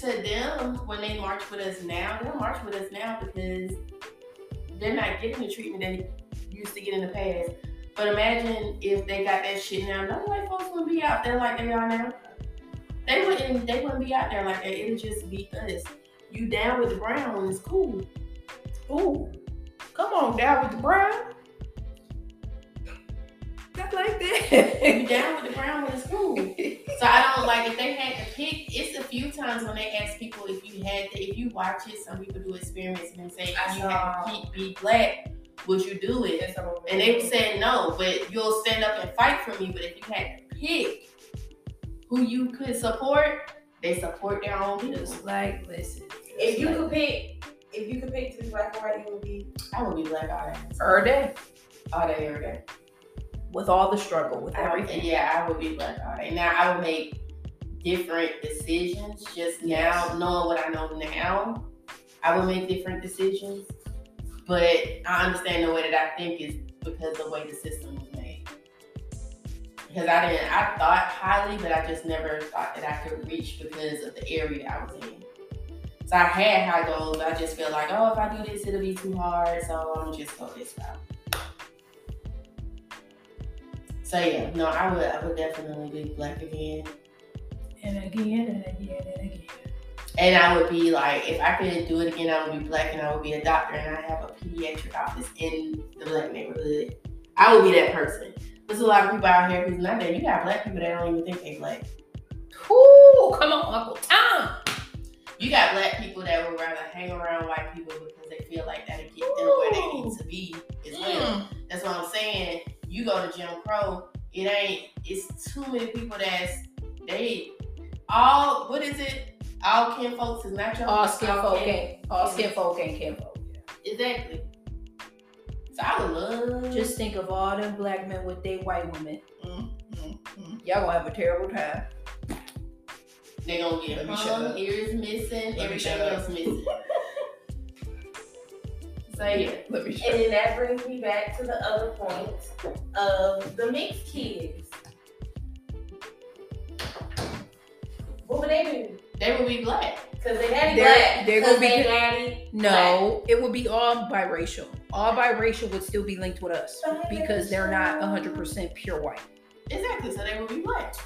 Speaker 3: to them, when they march with us now, they don't march with us now because they're not getting the treatment they used to get in the past. But imagine if they got that shit now. None of white folks wouldn't be out there like they are now. They wouldn't. They wouldn't be out there like that. It'd just be us. You down with the brown? It's cool.
Speaker 2: Ooh. Come on down with the brown. Not like
Speaker 3: you
Speaker 2: that.
Speaker 3: down with the brown when it's cool. So I don't like if they had to pick. It's a few times when they ask people if you had to, if you watch it. Some people do experiments and they say if
Speaker 1: I
Speaker 3: you had to
Speaker 1: saw-
Speaker 3: keep be black, would you do it? And they said no, but you'll stand up and fight for me. But if you had to pick who you could support, they support their own people.
Speaker 2: Just like listen.
Speaker 1: if you could pick, if you could pick to be black or white, you would be.
Speaker 3: I would be black all day,
Speaker 2: her day.
Speaker 3: all day, every day.
Speaker 2: with all the struggle, with
Speaker 3: I would-
Speaker 2: everything.
Speaker 3: Yeah, I would be black all day. Now I would make different decisions just now, knowing what I know now. I would make different decisions, but I understand the way that I think is because the way the system was made. Because I didn't, I thought highly, but I just never thought that I could reach because of the area I was in. So I had high goals. I just felt like, oh, if I do this, it'll be too hard. So I'm just go this route. So yeah, no, I would, I would definitely be black again.
Speaker 2: And again and again and again.
Speaker 3: And I would be like, if I could do it again, I would be black and I would be a doctor and I have a pediatric office in the black neighborhood. I would be that person. There's a lot of people out here who's not that. You got black people that don't even think they black.
Speaker 2: Ooh, come on, Uncle Tom.
Speaker 3: You got black people that would rather hang around white people because they feel like that'll get them where they need to be as well.
Speaker 2: Mm.
Speaker 3: That's what I'm saying. You go to Jim Crow, it ain't. It's too many people that's they all. What is it? All kin folks is not your
Speaker 2: All skin folk
Speaker 3: kin-
Speaker 2: ain't all skin folk ain't kin folk.
Speaker 3: Exactly. So I would love
Speaker 2: Just think of all them black men with they white women. Mm-hmm, Y'all gonna have a terrible time.
Speaker 3: they gonna get
Speaker 2: Let me shut
Speaker 3: hung,
Speaker 2: up.
Speaker 3: ears missing,
Speaker 2: me
Speaker 3: everything
Speaker 2: shut up.
Speaker 3: else missing. so yeah,
Speaker 2: Let me
Speaker 1: And then that brings me back to the other point of the mixed kids. What would they do?
Speaker 3: they would be black.
Speaker 1: Because they daddy
Speaker 2: They're-
Speaker 1: black.
Speaker 2: they're
Speaker 1: 'cause
Speaker 2: gonna be
Speaker 1: they
Speaker 2: good.
Speaker 1: daddy.
Speaker 2: No, it would be all biracial. All biracial would still be linked with us because they're not 100% pure white.
Speaker 3: Exactly. So they would be black.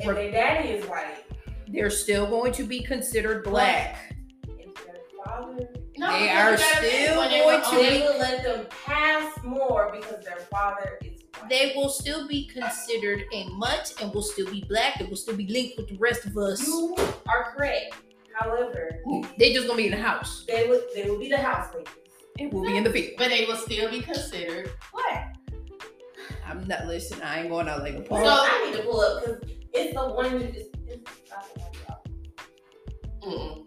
Speaker 1: And their daddy is white.
Speaker 2: They're still going to be considered black.
Speaker 1: If their father.
Speaker 3: No, because
Speaker 2: They
Speaker 3: you
Speaker 2: are
Speaker 3: gotta think
Speaker 2: still
Speaker 3: when they were
Speaker 2: going to
Speaker 3: on-
Speaker 1: They will let them pass more because their father is white.
Speaker 2: They will still be considered a mutt and will still be black. They will still be linked with the rest of us.
Speaker 1: You are correct. However,
Speaker 2: They just gonna be in the house.
Speaker 1: they will they will be the house niggas.
Speaker 2: It will be in the field.
Speaker 3: But they will still be considered black.
Speaker 2: I'm not listening. I ain't going out like a
Speaker 1: So
Speaker 2: punk.
Speaker 1: I need to pull up because it's the one that is. It's,
Speaker 3: Mm-mm.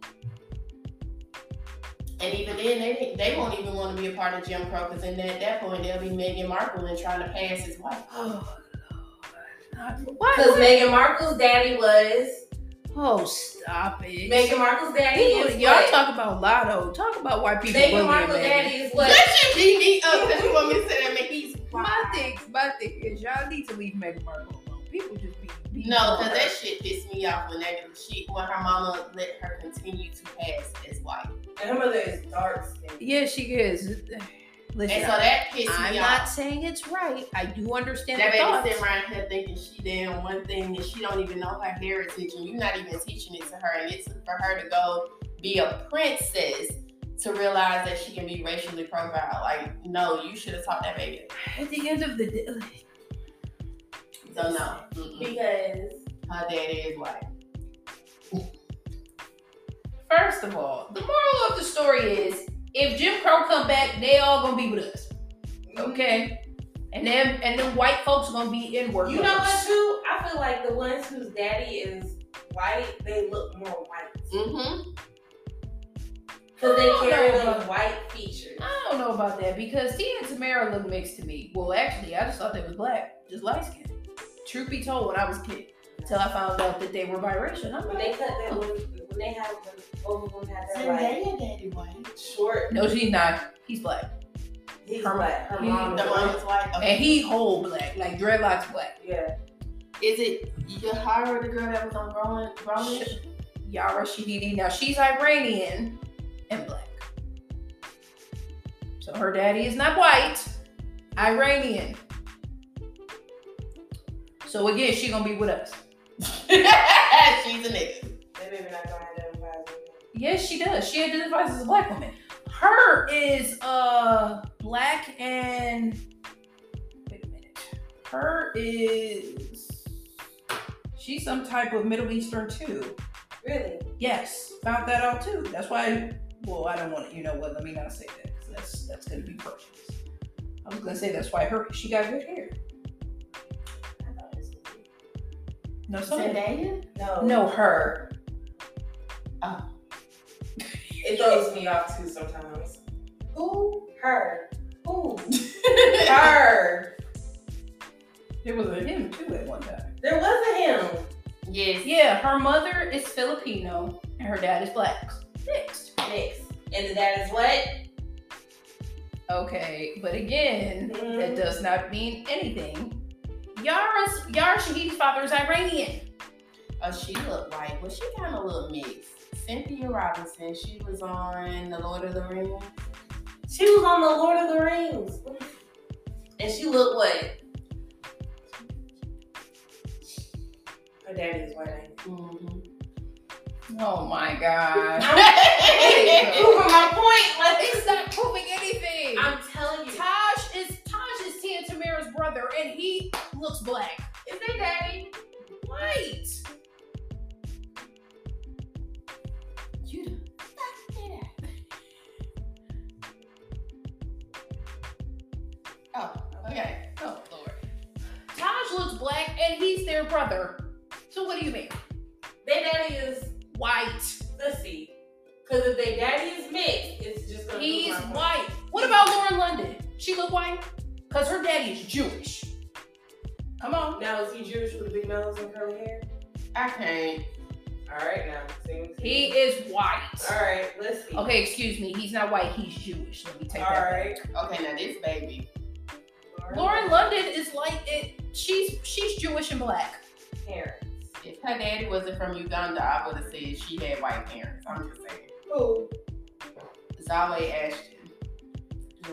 Speaker 3: And even then, they didn't- they won't even want to be a part of Jim Crow because then at that point they'll be Meghan Markle and trying to pass as white.
Speaker 2: Oh, Lord. Not-
Speaker 1: because
Speaker 2: What?
Speaker 1: Meghan Markle's daddy was
Speaker 2: Oh, stop it.
Speaker 1: Meghan Markle's daddy.
Speaker 2: People,
Speaker 1: Is
Speaker 2: y'all
Speaker 1: what?
Speaker 2: talk about Lotto. Talk about white people.
Speaker 1: Meghan
Speaker 2: bullying
Speaker 1: Markle's
Speaker 2: Meghan.
Speaker 1: daddy is what?
Speaker 3: That should be me up because you want me to say that man, he's
Speaker 2: My
Speaker 3: white.
Speaker 2: thing, my thing is y'all need to leave Meghan Markle alone. People just be be-
Speaker 3: No, because that shit pissed me off when that she when her mama let her continue to pass as white.
Speaker 4: And her mother is dark skinned.
Speaker 2: Yeah, she is. Listen,
Speaker 3: And so that pissed
Speaker 2: I'm
Speaker 3: me
Speaker 2: not
Speaker 3: off.
Speaker 2: saying it's right. I do understand
Speaker 3: That
Speaker 2: the
Speaker 3: baby
Speaker 2: thoughts.
Speaker 3: sitting around here thinking she damn one thing and she don't even know her heritage and you're not even teaching it to her. And it took for her to go be a princess to realize that she can be racially profiled. Like, no, you should have taught that baby.
Speaker 2: At the end of the day, like,
Speaker 3: So no. Mm-mm.
Speaker 1: Because
Speaker 3: Her daddy is white.
Speaker 2: first of all, the moral of the story is if Jim Crow come back, they all gonna be with us. Mm-hmm. Okay? And then and then white folks gonna be in work.
Speaker 1: you know what too? I feel like the ones whose daddy is white, they look more white
Speaker 3: Mm-hmm.
Speaker 1: because they
Speaker 2: I don't
Speaker 1: carry
Speaker 2: know
Speaker 1: those
Speaker 2: about-
Speaker 1: white features.
Speaker 2: I don't know about that because Tia and Tamara look mixed to me. Well, actually, I just thought they was black, just light skinned. Truth be told, when I was a kid, until I found out that they were biracial. And I'm
Speaker 1: When they
Speaker 2: like,
Speaker 1: cut their when, when they have them, both of them have their like
Speaker 3: daddy white.
Speaker 1: short.
Speaker 2: no, she's not. He's black,
Speaker 1: He's
Speaker 2: Her-
Speaker 1: black. Her
Speaker 2: he-
Speaker 1: mom
Speaker 3: The
Speaker 1: is
Speaker 3: one
Speaker 1: white.
Speaker 3: is white. Okay.
Speaker 2: and he whole black, like dreadlocks black.
Speaker 1: Yeah.
Speaker 3: Is it Yahara, the girl that was on Growing Grownish?
Speaker 2: Yara Shahidi. Now she's Iranian and black. So her daddy is not white, Iranian. So again, she gonna be with us.
Speaker 3: She's a nigga.
Speaker 4: They maybe not gonna identify as women.
Speaker 2: Yes, she does. She identifies as a black woman. Her is uh black and wait a minute. Her is she's some type of Middle Eastern too.
Speaker 1: Really?
Speaker 2: Yes, found that out too. That's why. Well, I don't want to. You know what? Let me not say that. 'cause That's that's gonna be precious. I was gonna say that's why her she got good hair.
Speaker 1: I thought this was
Speaker 2: No, some,
Speaker 3: Zendaya?
Speaker 4: No.
Speaker 2: no her.
Speaker 4: It throws me off too sometimes.
Speaker 1: Who? Her. Who?
Speaker 4: Her.
Speaker 2: There was a him too at one time.
Speaker 4: There was a him.
Speaker 3: yes.
Speaker 2: Yeah, her mother is Filipino and her dad is black. Mixed.
Speaker 1: Mix. And the dad is what?
Speaker 2: Okay, but again, that
Speaker 4: Mhm.
Speaker 2: does not mean anything. Yara's Yara Shahidi's father is Iranian.
Speaker 3: Oh, she looked white. Well, she kind of looked mixed. Cynthia Robinson. She was on The Lord of the Rings.
Speaker 1: She was on the Lord of the Rings. And she looked what?
Speaker 4: Her daddy is white. ain't
Speaker 3: Mm-hmm.
Speaker 2: Oh my god.
Speaker 1: Proving my point.
Speaker 2: it's not proving anything.
Speaker 1: I'm telling you.
Speaker 2: Taj is Taj is Tia and Tamara's brother, and he looks black.
Speaker 1: Is they daddy?
Speaker 2: White.
Speaker 3: You done fucked it up. Oh, okay. Oh, Lord.
Speaker 2: Taj looks black, and he's their brother. So what do you mean?
Speaker 1: They daddy is
Speaker 2: White.
Speaker 1: let's see. Cause if they daddy is mixed, it's just gonna
Speaker 2: He's
Speaker 1: prove my point.
Speaker 2: white. What about Lauren London? She look white? Cause her daddy is Jewish. Come on.
Speaker 4: Now is he Jewish with a big nose and curly hair?
Speaker 3: I can't.
Speaker 4: All right, now seems
Speaker 2: He is white.
Speaker 4: All right, let's see.
Speaker 2: Okay, excuse me. He's not white. He's Jewish. Let me take
Speaker 4: All
Speaker 2: that. back.
Speaker 4: right.
Speaker 3: Okay, now this baby.
Speaker 2: Lauren London is like it. She's she's Jewish and black.
Speaker 4: parents.
Speaker 3: If her daddy wasn't from Uganda, I would have said she had white parents. I'm just saying.
Speaker 4: Who?
Speaker 3: Zale Ashton.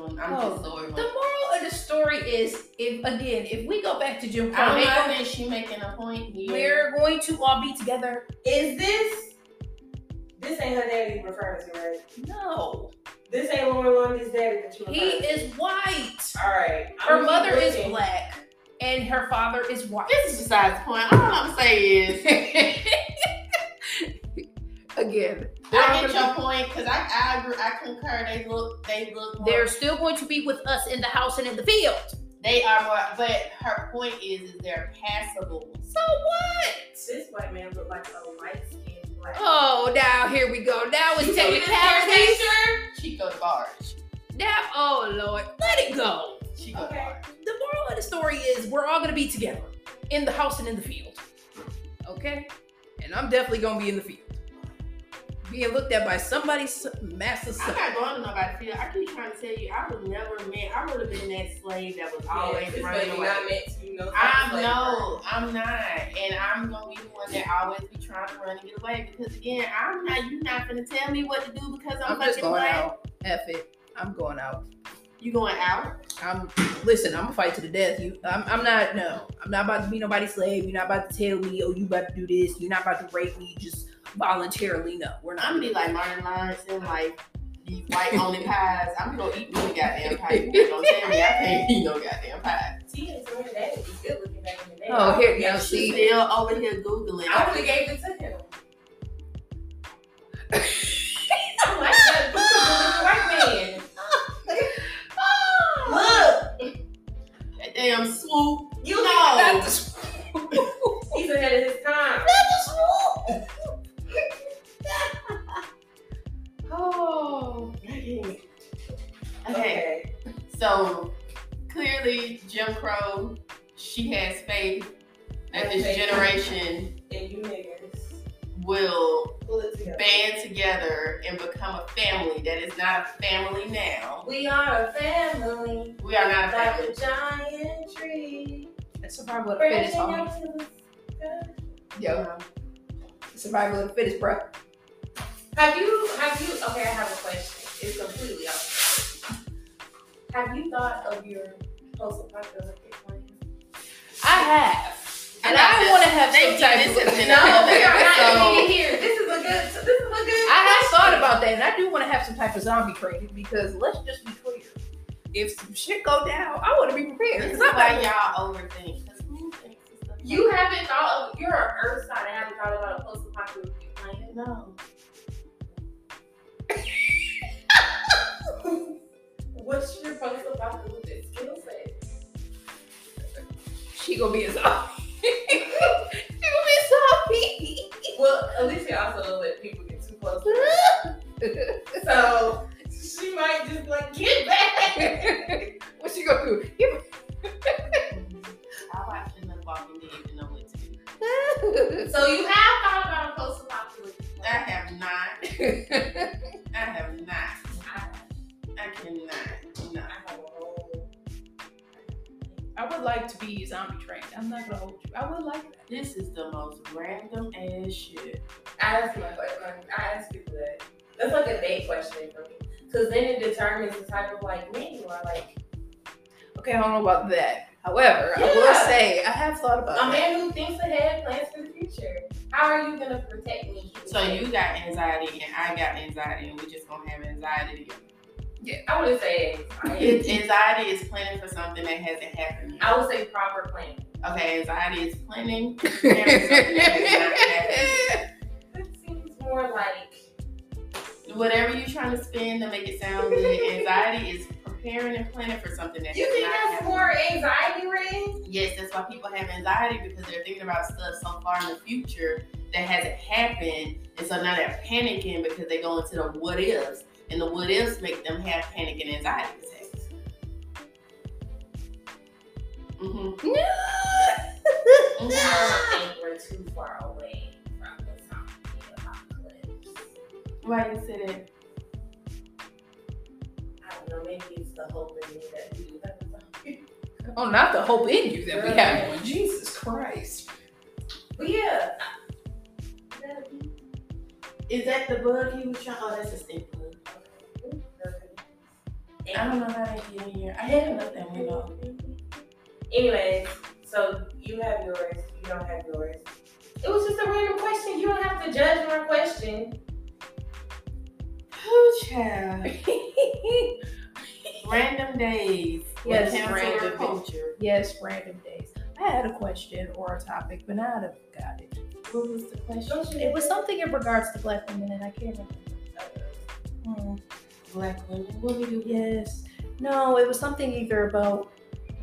Speaker 3: Um, I'm
Speaker 2: Oh,
Speaker 3: just so
Speaker 2: The
Speaker 3: annoyed.
Speaker 2: moral of the story is, if again, if we go back to Jim Crow,
Speaker 3: I
Speaker 2: they
Speaker 3: don't
Speaker 2: go-
Speaker 3: know if she making a point here.
Speaker 2: we're going to all be together.
Speaker 4: Is this? This ain't her daddy you referring to, right?
Speaker 2: No,
Speaker 4: This ain't Lauren Lundy's daddy that you
Speaker 2: he
Speaker 4: referring to.
Speaker 2: is white.
Speaker 4: All right.
Speaker 2: Her mother is black, and her father is white.
Speaker 3: This is besides the point. All I'm saying is
Speaker 2: again,
Speaker 3: I get your point because I I agree, I concur. They look they look more,
Speaker 2: They're still going to be with us in the house and in the field.
Speaker 3: they are more. But her point is, is they're passable.
Speaker 2: So what?
Speaker 1: This white man looked like a light skinned black.
Speaker 2: Oh, now here we go. Now it's taking penalties.
Speaker 3: Chico the barge.
Speaker 2: Now, oh Lord, let it go.
Speaker 3: Chico the
Speaker 1: Okay.
Speaker 3: barge.
Speaker 2: The moral of the story is we're all gonna be together in the house and in the field. Okay? And I'm definitely gonna be in the field. Being looked at by somebody's massive
Speaker 3: I'm
Speaker 2: son.
Speaker 3: not going to nobody field. I keep trying to tell you, I was never meant. I would have been that slave that was always
Speaker 1: this
Speaker 3: running
Speaker 1: baby
Speaker 3: away.
Speaker 1: not meant to be no type of
Speaker 3: I'm
Speaker 1: slavery.
Speaker 3: no, I'm not, and I'm gonna be the one that always be trying to run and get away because again, I'm not. You're not gonna tell me what to do because I'm,
Speaker 2: I'm just
Speaker 3: fucking
Speaker 2: going
Speaker 3: black.
Speaker 2: out. F it. I'm going out.
Speaker 3: You going out?
Speaker 2: I'm listen, I'm gonna fight to the death. You I'm, I'm not no. I'm not about to be nobody's slave. You're not about to tell me, oh, you about to do this, you're not about to rape me just voluntarily. No, we're not
Speaker 3: I'm gonna be like Martin Lawrence and like these white only pies. I'm gonna eat no goddamn pie. You don't tell me I can't eat no goddamn pie.
Speaker 1: Tia and Serena, they would be good looking back in the day.
Speaker 2: Oh, here-
Speaker 1: I
Speaker 2: now
Speaker 1: would've-
Speaker 2: she-
Speaker 3: Still over here googling.
Speaker 1: I would have gave it to him. I'm like, that good looking white man. Look,
Speaker 3: That damn swoop.
Speaker 1: you
Speaker 3: No.
Speaker 1: know,
Speaker 2: Not the-
Speaker 1: he's ahead of his time.
Speaker 3: Oh. Okay.
Speaker 1: Okay.
Speaker 3: So clearly, Jim Crow, she has faith that this
Speaker 1: Okay.
Speaker 3: generation
Speaker 1: And you niggas,
Speaker 3: will
Speaker 1: pull it together.
Speaker 3: band together and become a family that is not a family now.
Speaker 1: We are a family,
Speaker 3: We are not a
Speaker 1: like a
Speaker 3: family.
Speaker 1: giant tree.
Speaker 2: Survival of the fittest,
Speaker 1: Spreading
Speaker 2: homie.
Speaker 1: out to the sky.
Speaker 2: Yo, survival of the fittest, bro.
Speaker 1: Have you, have you, okay, I have a question. It's completely off. Have you thought of your post-apocalyptic plan?
Speaker 2: I have, and
Speaker 3: And I
Speaker 2: I want to have
Speaker 3: Thank
Speaker 2: some
Speaker 3: you.
Speaker 2: type
Speaker 3: This
Speaker 2: of.
Speaker 3: has been
Speaker 1: No, we are not
Speaker 3: So-
Speaker 1: even here. This is a good, this is a good.
Speaker 2: I have thought about that, and I do want to have some type of zombie training because let's just be clear: if some shit go down, I want to be prepared.
Speaker 3: This is
Speaker 2: 'cause I'm
Speaker 3: why
Speaker 2: like,
Speaker 3: y'all overthink. 'cause who thinks it's the-
Speaker 1: You haven't thought of you're an earth sign and haven't thought about a post apocalyptic plan.
Speaker 3: no.
Speaker 1: What's your post apocalyptic skill set?
Speaker 2: she gonna be a zombie. she gonna be
Speaker 1: Well, Alicia also let people get too close.
Speaker 2: a zombie.
Speaker 1: So she might just like get back.
Speaker 2: What's she gonna do? Give
Speaker 3: I watched enough Walking Dead to know what to do.
Speaker 2: me-
Speaker 1: So you have thought about a post apocalyptic
Speaker 3: I have not. I have not.
Speaker 1: I,
Speaker 3: I cannot. No.
Speaker 1: I have a whole
Speaker 2: I would like to be zombie trained. I'm not gonna hold you. I would like that.
Speaker 3: This is the most random ass shit.
Speaker 1: I ask my question. I ask people that. That's like a date question for me. Cause then it determines the type of like man you are. Like
Speaker 2: Okay, I don't know about that. However, I will
Speaker 1: Yeah.
Speaker 2: say I have thought about
Speaker 1: a
Speaker 2: that.
Speaker 1: man who thinks ahead, plans for the future. How are you gonna protect me?
Speaker 3: So you got anxiety and I got anxiety and we just gonna have anxiety together.
Speaker 1: I would say anxiety.
Speaker 3: It's- anxiety is planning for something that hasn't happened yet.
Speaker 1: I would say proper planning.
Speaker 3: Okay, anxiety is planning. for something that
Speaker 1: That seems more like
Speaker 3: has not happened. Whatever you're trying to spin to make it sound good, anxiety is preparing and planning for something that
Speaker 1: you
Speaker 3: has
Speaker 1: think
Speaker 3: not
Speaker 1: that's
Speaker 3: happened.
Speaker 1: more anxiety ridden?
Speaker 3: Yes, that's why people have anxiety because they're thinking about stuff so far in the future that hasn't happened, and so now they're panicking because they go into the what ifs, and the what ifs make them have panic and anxiety attacks. hmm
Speaker 1: I don't think we're too far away from the zombie apocalypse.
Speaker 3: Why you say that?
Speaker 1: I don't know. Maybe it's the hope in me that we do have a zombie.
Speaker 2: Oh, not the hope in you that we
Speaker 1: Girl.
Speaker 2: have one. Jesus Christ.
Speaker 1: But yeah. I- Is that a bee?
Speaker 3: Is that the bug he was trying? Oh, that's a stink bug.
Speaker 1: Okay. Okay.
Speaker 3: I don't know how they get in here. I had enough that window.
Speaker 1: Anyways, so you have yours, you don't have yours. It was just a random question. You don't have to judge my question.
Speaker 3: Ooh, Oh, child. Random days. with
Speaker 2: Yes,
Speaker 3: cancel
Speaker 2: random days.
Speaker 3: culture.
Speaker 2: yes, random days. I had a question or a topic, but now I done forgot it.
Speaker 3: What was the question?
Speaker 1: Don't you?
Speaker 2: It was something in regards to black women, and I can't remember.
Speaker 3: Black women. What we do?
Speaker 2: Yes. No, it was something either about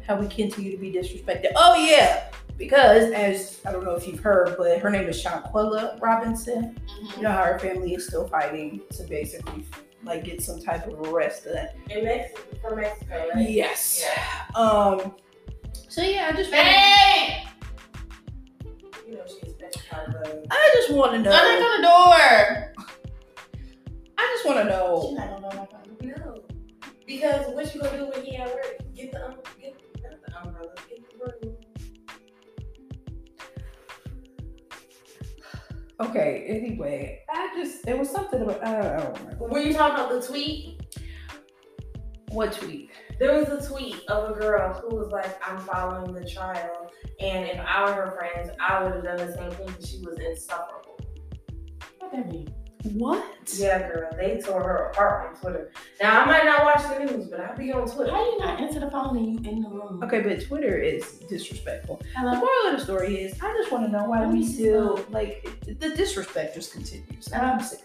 Speaker 2: how we continue to be disrespected. Oh yeah, because as I don't know if you've heard, but her name is Shanquella Robinson.
Speaker 3: Mm-hmm.
Speaker 2: You know how her family is still fighting to basically like get some type of arrest. Of that.
Speaker 1: In Mexico, from Mexico, right?
Speaker 2: Yes. Um. So yeah, I just wanna-
Speaker 1: Hey! You know she's Mexican, but
Speaker 2: I just want to know. I
Speaker 3: on the door.
Speaker 2: just want to know.
Speaker 3: She's not gonna know my phone.
Speaker 1: no. Because what you gonna do when he at work? Get the um, get not the umbrella, get the broom.
Speaker 2: Okay. Anyway, I just it was something about I don't, I don't remember.
Speaker 1: Were you talking about the tweet?
Speaker 2: What tweet?
Speaker 1: There was a tweet of a girl who was like, "I'm following the trial, and if I were her friends, I would have done the same thing." 'cause She was insufferable.
Speaker 3: What that mean?
Speaker 2: What?
Speaker 1: Yeah, girl, they tore her apart on Twitter. Now I might not watch the news, but I be on Twitter.
Speaker 3: How you not answer the phone and you in the room?
Speaker 2: Okay, but Twitter is disrespectful. The
Speaker 3: Hello.
Speaker 2: moral of the story is, I just want to know Uh-huh. why we still like it- the disrespect just continues, and I'm sick.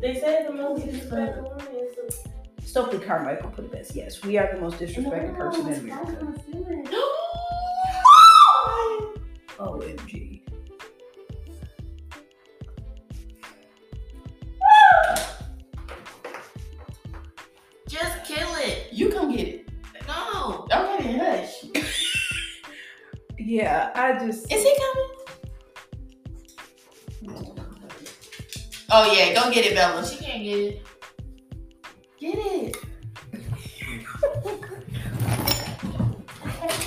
Speaker 1: They said the most disrespectful woman is the
Speaker 2: Stokely Carmichael put it best. Yes, we are the most disrespected person in America. Omg.
Speaker 3: Just kill it. You come get it. No. Okay, hush.
Speaker 2: Yeah, I just.
Speaker 3: Is he coming? Oh yeah, go get it, Bella. She can't get it. Get it.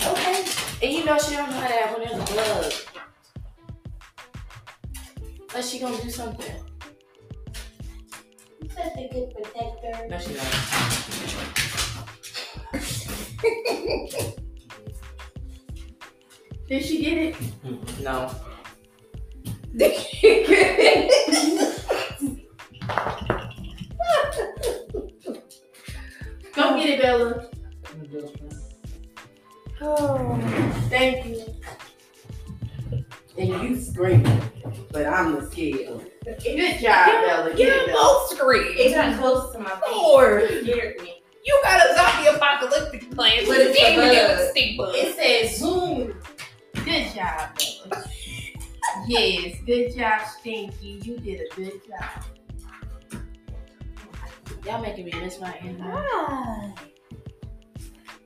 Speaker 3: okay. And you know she don't know how to act when there's a glove. Unless she gonna do something.
Speaker 1: such a good protector.
Speaker 3: No, she don't. Did she get it?
Speaker 5: No.
Speaker 3: Go get it, Bella.
Speaker 2: oh.
Speaker 3: Thank you. And you screaming, but I'm the scared. Good job, Bella. Get
Speaker 2: You're
Speaker 3: it, Bella.
Speaker 2: both scream.
Speaker 1: It got close to my face.
Speaker 2: Lord.
Speaker 1: It scared me.
Speaker 2: You got a zombie apocalyptic plan,
Speaker 3: But it's a bug.
Speaker 2: stink bug.
Speaker 3: It says Zoom. Good job, Bella. yes, good job, Stinky. You did a good job. Y'all making me miss my animal.
Speaker 2: Ah.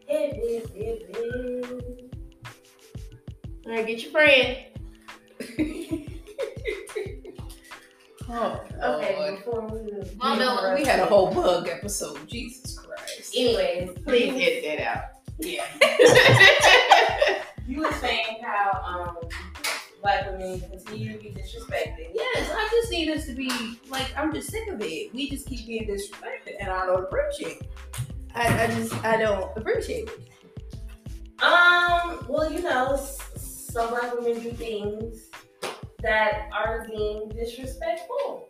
Speaker 1: It is, it is.
Speaker 3: All right, get your friend.
Speaker 2: Oh,
Speaker 1: Okay,
Speaker 2: Lord.
Speaker 1: before we leave.
Speaker 3: Mom, Bella,
Speaker 2: we had a whole bug episode. Jesus Christ.
Speaker 1: Anyways,
Speaker 3: Please edit that out. Yeah.
Speaker 1: you were saying how um black women continue to be disrespected.
Speaker 2: Yes, I just need us to be like I'm just sick of it. We just keep being disrespected, and I don't appreciate. It. I, I just I don't appreciate it.
Speaker 1: Um, well, you know, s- some black women do things that are deemed disrespectful.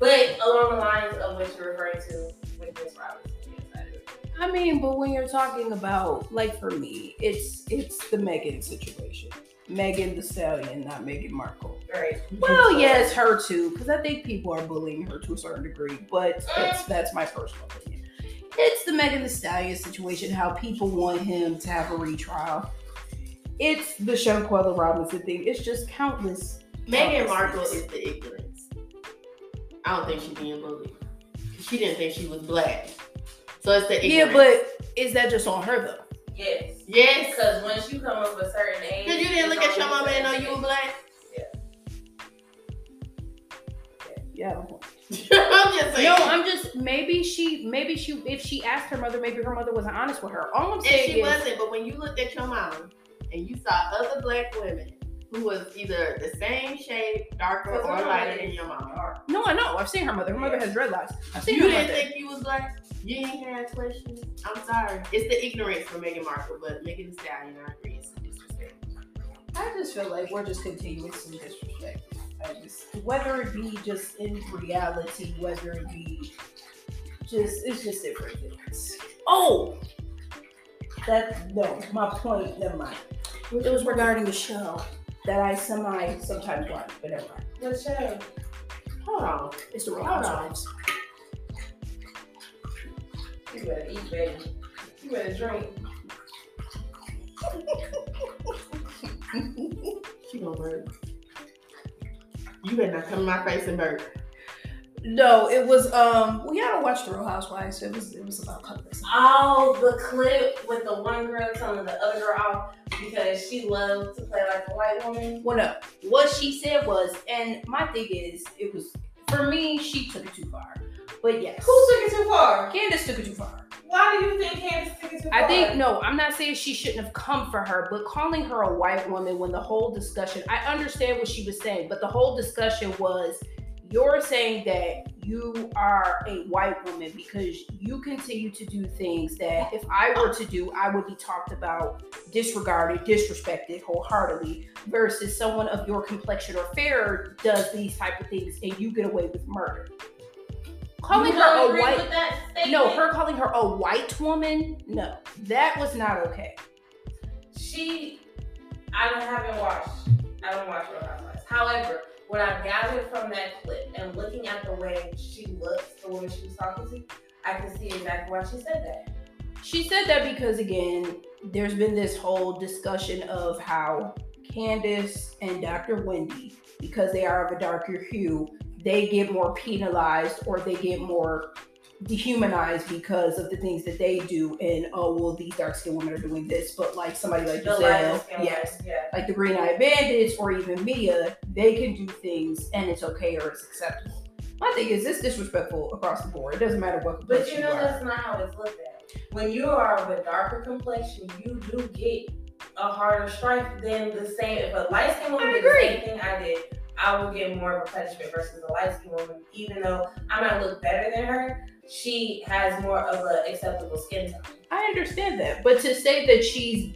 Speaker 1: But along the lines of what you're referring to with Miss Robinson, yes, I do.
Speaker 2: I mean, but when you're talking about like for me, it's it's the Megan situation. Megan the Stallion, not Megan Markle.
Speaker 1: Right.
Speaker 2: Well, yes, her too, because I think people are bullying her to a certain degree, but that's that's my personal opinion. It's the Megan Thee Stallion situation, how people want him to have a retrial. It's the Shanquella Robinson thing. It's just countless.
Speaker 3: Meghan
Speaker 2: countless
Speaker 3: Markle
Speaker 2: things.
Speaker 3: is the ignorance. I don't think she's being bullied. She didn't think she was black. So it's the
Speaker 2: Yeah,
Speaker 3: ignorance.
Speaker 2: but is that just on her though?
Speaker 1: Yes.
Speaker 3: Yes.
Speaker 1: Because once you come up a certain age,
Speaker 3: Because you didn't look at your mama and know you were black.
Speaker 2: Yeah. I don't know.
Speaker 3: I'm just saying.
Speaker 2: No, I'm just maybe she maybe she if she asked her mother, maybe her mother wasn't honest with her. All I'm saying
Speaker 3: and she
Speaker 2: is,
Speaker 3: wasn't, but when you looked at your mama and you saw other black women who was either the same shade, darker
Speaker 1: Because
Speaker 3: or
Speaker 1: I'm
Speaker 3: lighter
Speaker 1: white.
Speaker 3: than your mama,
Speaker 2: No, I know. I've seen her mother. Her mother has dreadlocks. I've seen
Speaker 3: you
Speaker 2: her
Speaker 3: didn't
Speaker 2: mother.
Speaker 3: think you was black. You ain't hear that question. I'm sorry. It's the ignorance for Meghan Markle, but Megan Thee Stallion, I agree, it's a disrespect.
Speaker 2: I just feel like we're just continuing some disrespect. I just, whether it be just in reality, whether it be just, it's just different things. Oh, that no, my point. Never mind. It was regarding a show that I semi sometimes watch, but never mind.
Speaker 1: Michelle.
Speaker 3: Hold on.
Speaker 2: It's the
Speaker 3: Hold
Speaker 2: Rollins
Speaker 3: on.
Speaker 2: Wives.
Speaker 1: You better eat, baby. You better drink.
Speaker 3: She gonna burp. You better not come in my face and burp.
Speaker 2: No, it was um. Well, y'all don't watch The Real Housewives. So it was it was about couples.
Speaker 1: Oh, the clip with the one girl telling the other girl off because she loved to play like a white woman.
Speaker 2: Well, no, what she said was, and my thing is, it was for me. She took it too far, but yes,
Speaker 1: Who took it too far?
Speaker 2: Candace took it too far.
Speaker 1: Why do you think Candace took it too far?
Speaker 2: I think no, I'm not saying she shouldn't have come for her, but calling her a white woman when the whole discussion, I understand what she was saying, but the whole discussion was you're saying that you are a white woman because you continue to do things that if I were to do, I would be talked about, disregarded, disrespected wholeheartedly, versus someone of your complexion or fairer does these type of things and you get away with murder. Calling
Speaker 1: you don't
Speaker 2: her a
Speaker 1: agree
Speaker 2: white
Speaker 1: with that statement.
Speaker 2: no, her calling her a white woman, no, that was not okay.
Speaker 1: She, I don't- haven't watched. I don't watch Real Housewives. However, what I gathered from that clip and looking at the way she looked, the woman she was talking to, I can see exactly why she said that.
Speaker 2: She said that because, again, there's been this whole discussion of how Candace and Dr. Wendy, because they are of a darker hue, they get more penalized or they get more dehumanized because of the things that they do. And oh, well, these dark skinned women are doing this, but like somebody like
Speaker 1: The
Speaker 2: yourself,
Speaker 1: light-skinned
Speaker 2: yes,
Speaker 1: woman, yeah.
Speaker 2: like the Green Eye Bandits or even Mia, they can do things and it's okay or it's acceptable. My thing is, it's disrespectful across the board. It doesn't matter what.
Speaker 1: But
Speaker 2: complexion
Speaker 1: you know
Speaker 2: are.
Speaker 1: that's not how it's looked at. When you are of a darker complexion, you do get a harder strike than the same. If a light skinned woman
Speaker 2: I
Speaker 1: did the same thing I did, I would get more of a punishment versus a light skinned woman. Even though I might look better than her, she has more of an acceptable skin tone.
Speaker 2: I understand that, but to say that she's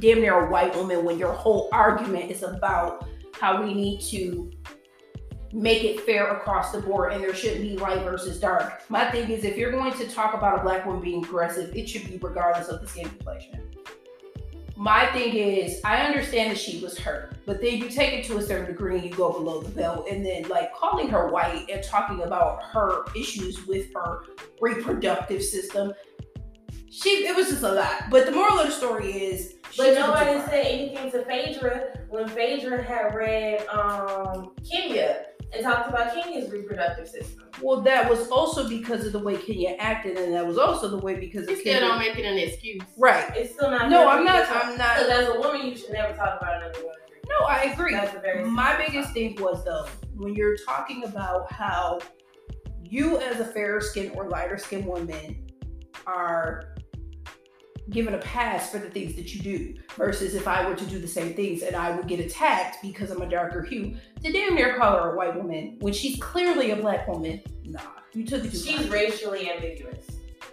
Speaker 2: damn near a white woman when your whole argument is about how we need to make it fair across the board and there shouldn't be light versus dark. My thing is, if you're going to talk about a black woman being aggressive, it should be regardless of the skin complexion. My thing is, I understand that she was hurt, but then you take it to a certain degree and you go below the belt, and then like calling her white and talking about her issues with her reproductive system. She, it was just a lot. But the moral of the story is, she
Speaker 1: But
Speaker 2: took it too
Speaker 1: nobody
Speaker 2: far.
Speaker 1: said anything to Phaedra when Phaedra had read um, Kenya and talked about Kenya's reproductive system.
Speaker 2: Well, that was also because of the way Kenya acted, and that was also the way because
Speaker 3: You
Speaker 2: of
Speaker 3: still
Speaker 2: Kenya.
Speaker 3: don't make it an excuse.
Speaker 2: right?
Speaker 1: It's still not.
Speaker 2: No,
Speaker 1: fair
Speaker 2: I'm not.
Speaker 1: because-
Speaker 2: I'm
Speaker 1: Because
Speaker 2: not.
Speaker 1: as a woman, you should never talk about another woman.
Speaker 2: No, I agree.
Speaker 1: That's a very
Speaker 2: My biggest thing was though when you're talking about how you, as a fairer skinned or lighter skinned woman, are given a pass for the things that you do versus if I were to do the same things and I would get attacked because I'm a darker hue. To damn near call her a white woman when she's clearly a black woman. Nah, you took it too far.
Speaker 1: She's racially ambiguous.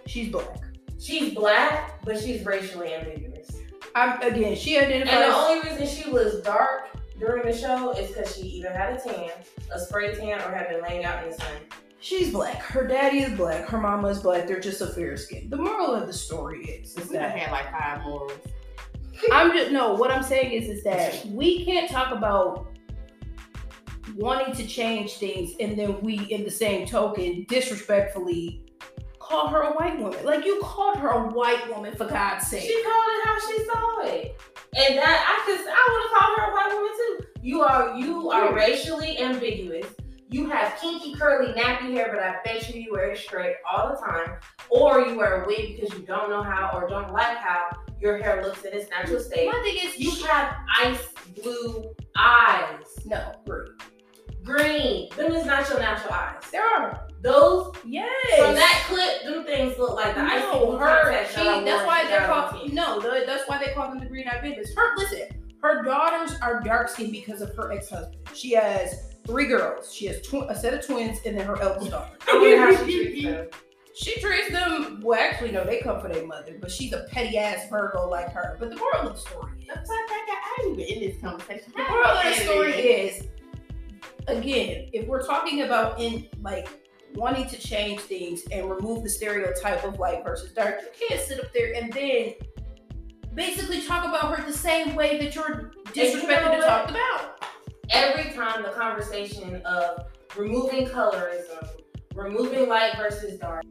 Speaker 2: She's black.
Speaker 1: She's black, but she's racially ambiguous.
Speaker 2: I'm again. She
Speaker 1: And the
Speaker 2: identifies.
Speaker 1: only reason she was dark during the show is because she either had a tan, a spray tan, or had been laying out in the sun.
Speaker 2: She's black. Her daddy is black. Her mama is black. They're just so fair skinned. The moral of the story is, is
Speaker 3: We done
Speaker 2: that
Speaker 3: had like five morals.
Speaker 2: I'm just no. What I'm saying is, is that we can't talk about wanting to change things and then we, in the same token, disrespectfully call her a white woman. Like you called her a white woman for God's
Speaker 1: She
Speaker 2: sake.
Speaker 1: called it how she saw it. And that I could I would have called her a white woman too. You are you are racially ambiguous. You have kinky curly nappy hair, but I bet you you wear it straight all the time. Or you wear a wig because you don't know how or don't like how your hair looks in its natural state.
Speaker 2: My thing is,
Speaker 1: You
Speaker 2: you
Speaker 1: have ice blue eyes.
Speaker 2: no. agree.
Speaker 1: Green. Them is not your natural eyes.
Speaker 2: There are
Speaker 1: Those
Speaker 2: yes.
Speaker 1: from that clip, them things look like the ice
Speaker 2: No,
Speaker 1: blue
Speaker 2: her.
Speaker 1: contacts
Speaker 2: She,
Speaker 1: that I wore
Speaker 2: that's
Speaker 1: in
Speaker 2: why they're
Speaker 1: 2010.
Speaker 2: called. No, the, that's why they call them the green eyed bandits. Her. Listen, her daughters are dark skinned because of her ex husband. She has three girls. She has tw- a set of twins, and then her eldest daughter.
Speaker 1: I wonder how she treats them.
Speaker 2: She treats them. Well, actually, no, they come for their mother, but she's a petty ass Virgo like her. But the moral of the story
Speaker 3: The fact
Speaker 2: is.
Speaker 3: that I ain't even in this conversation.
Speaker 2: The moral of the story is, again, if we're talking about in like wanting to change things and remove the stereotype of light versus dark, you can't sit up there and then basically talk about her the same way that you're
Speaker 1: you know
Speaker 2: disrespected to
Speaker 1: what?
Speaker 2: talk about.
Speaker 1: Every time the conversation of removing colorism, removing light versus dark.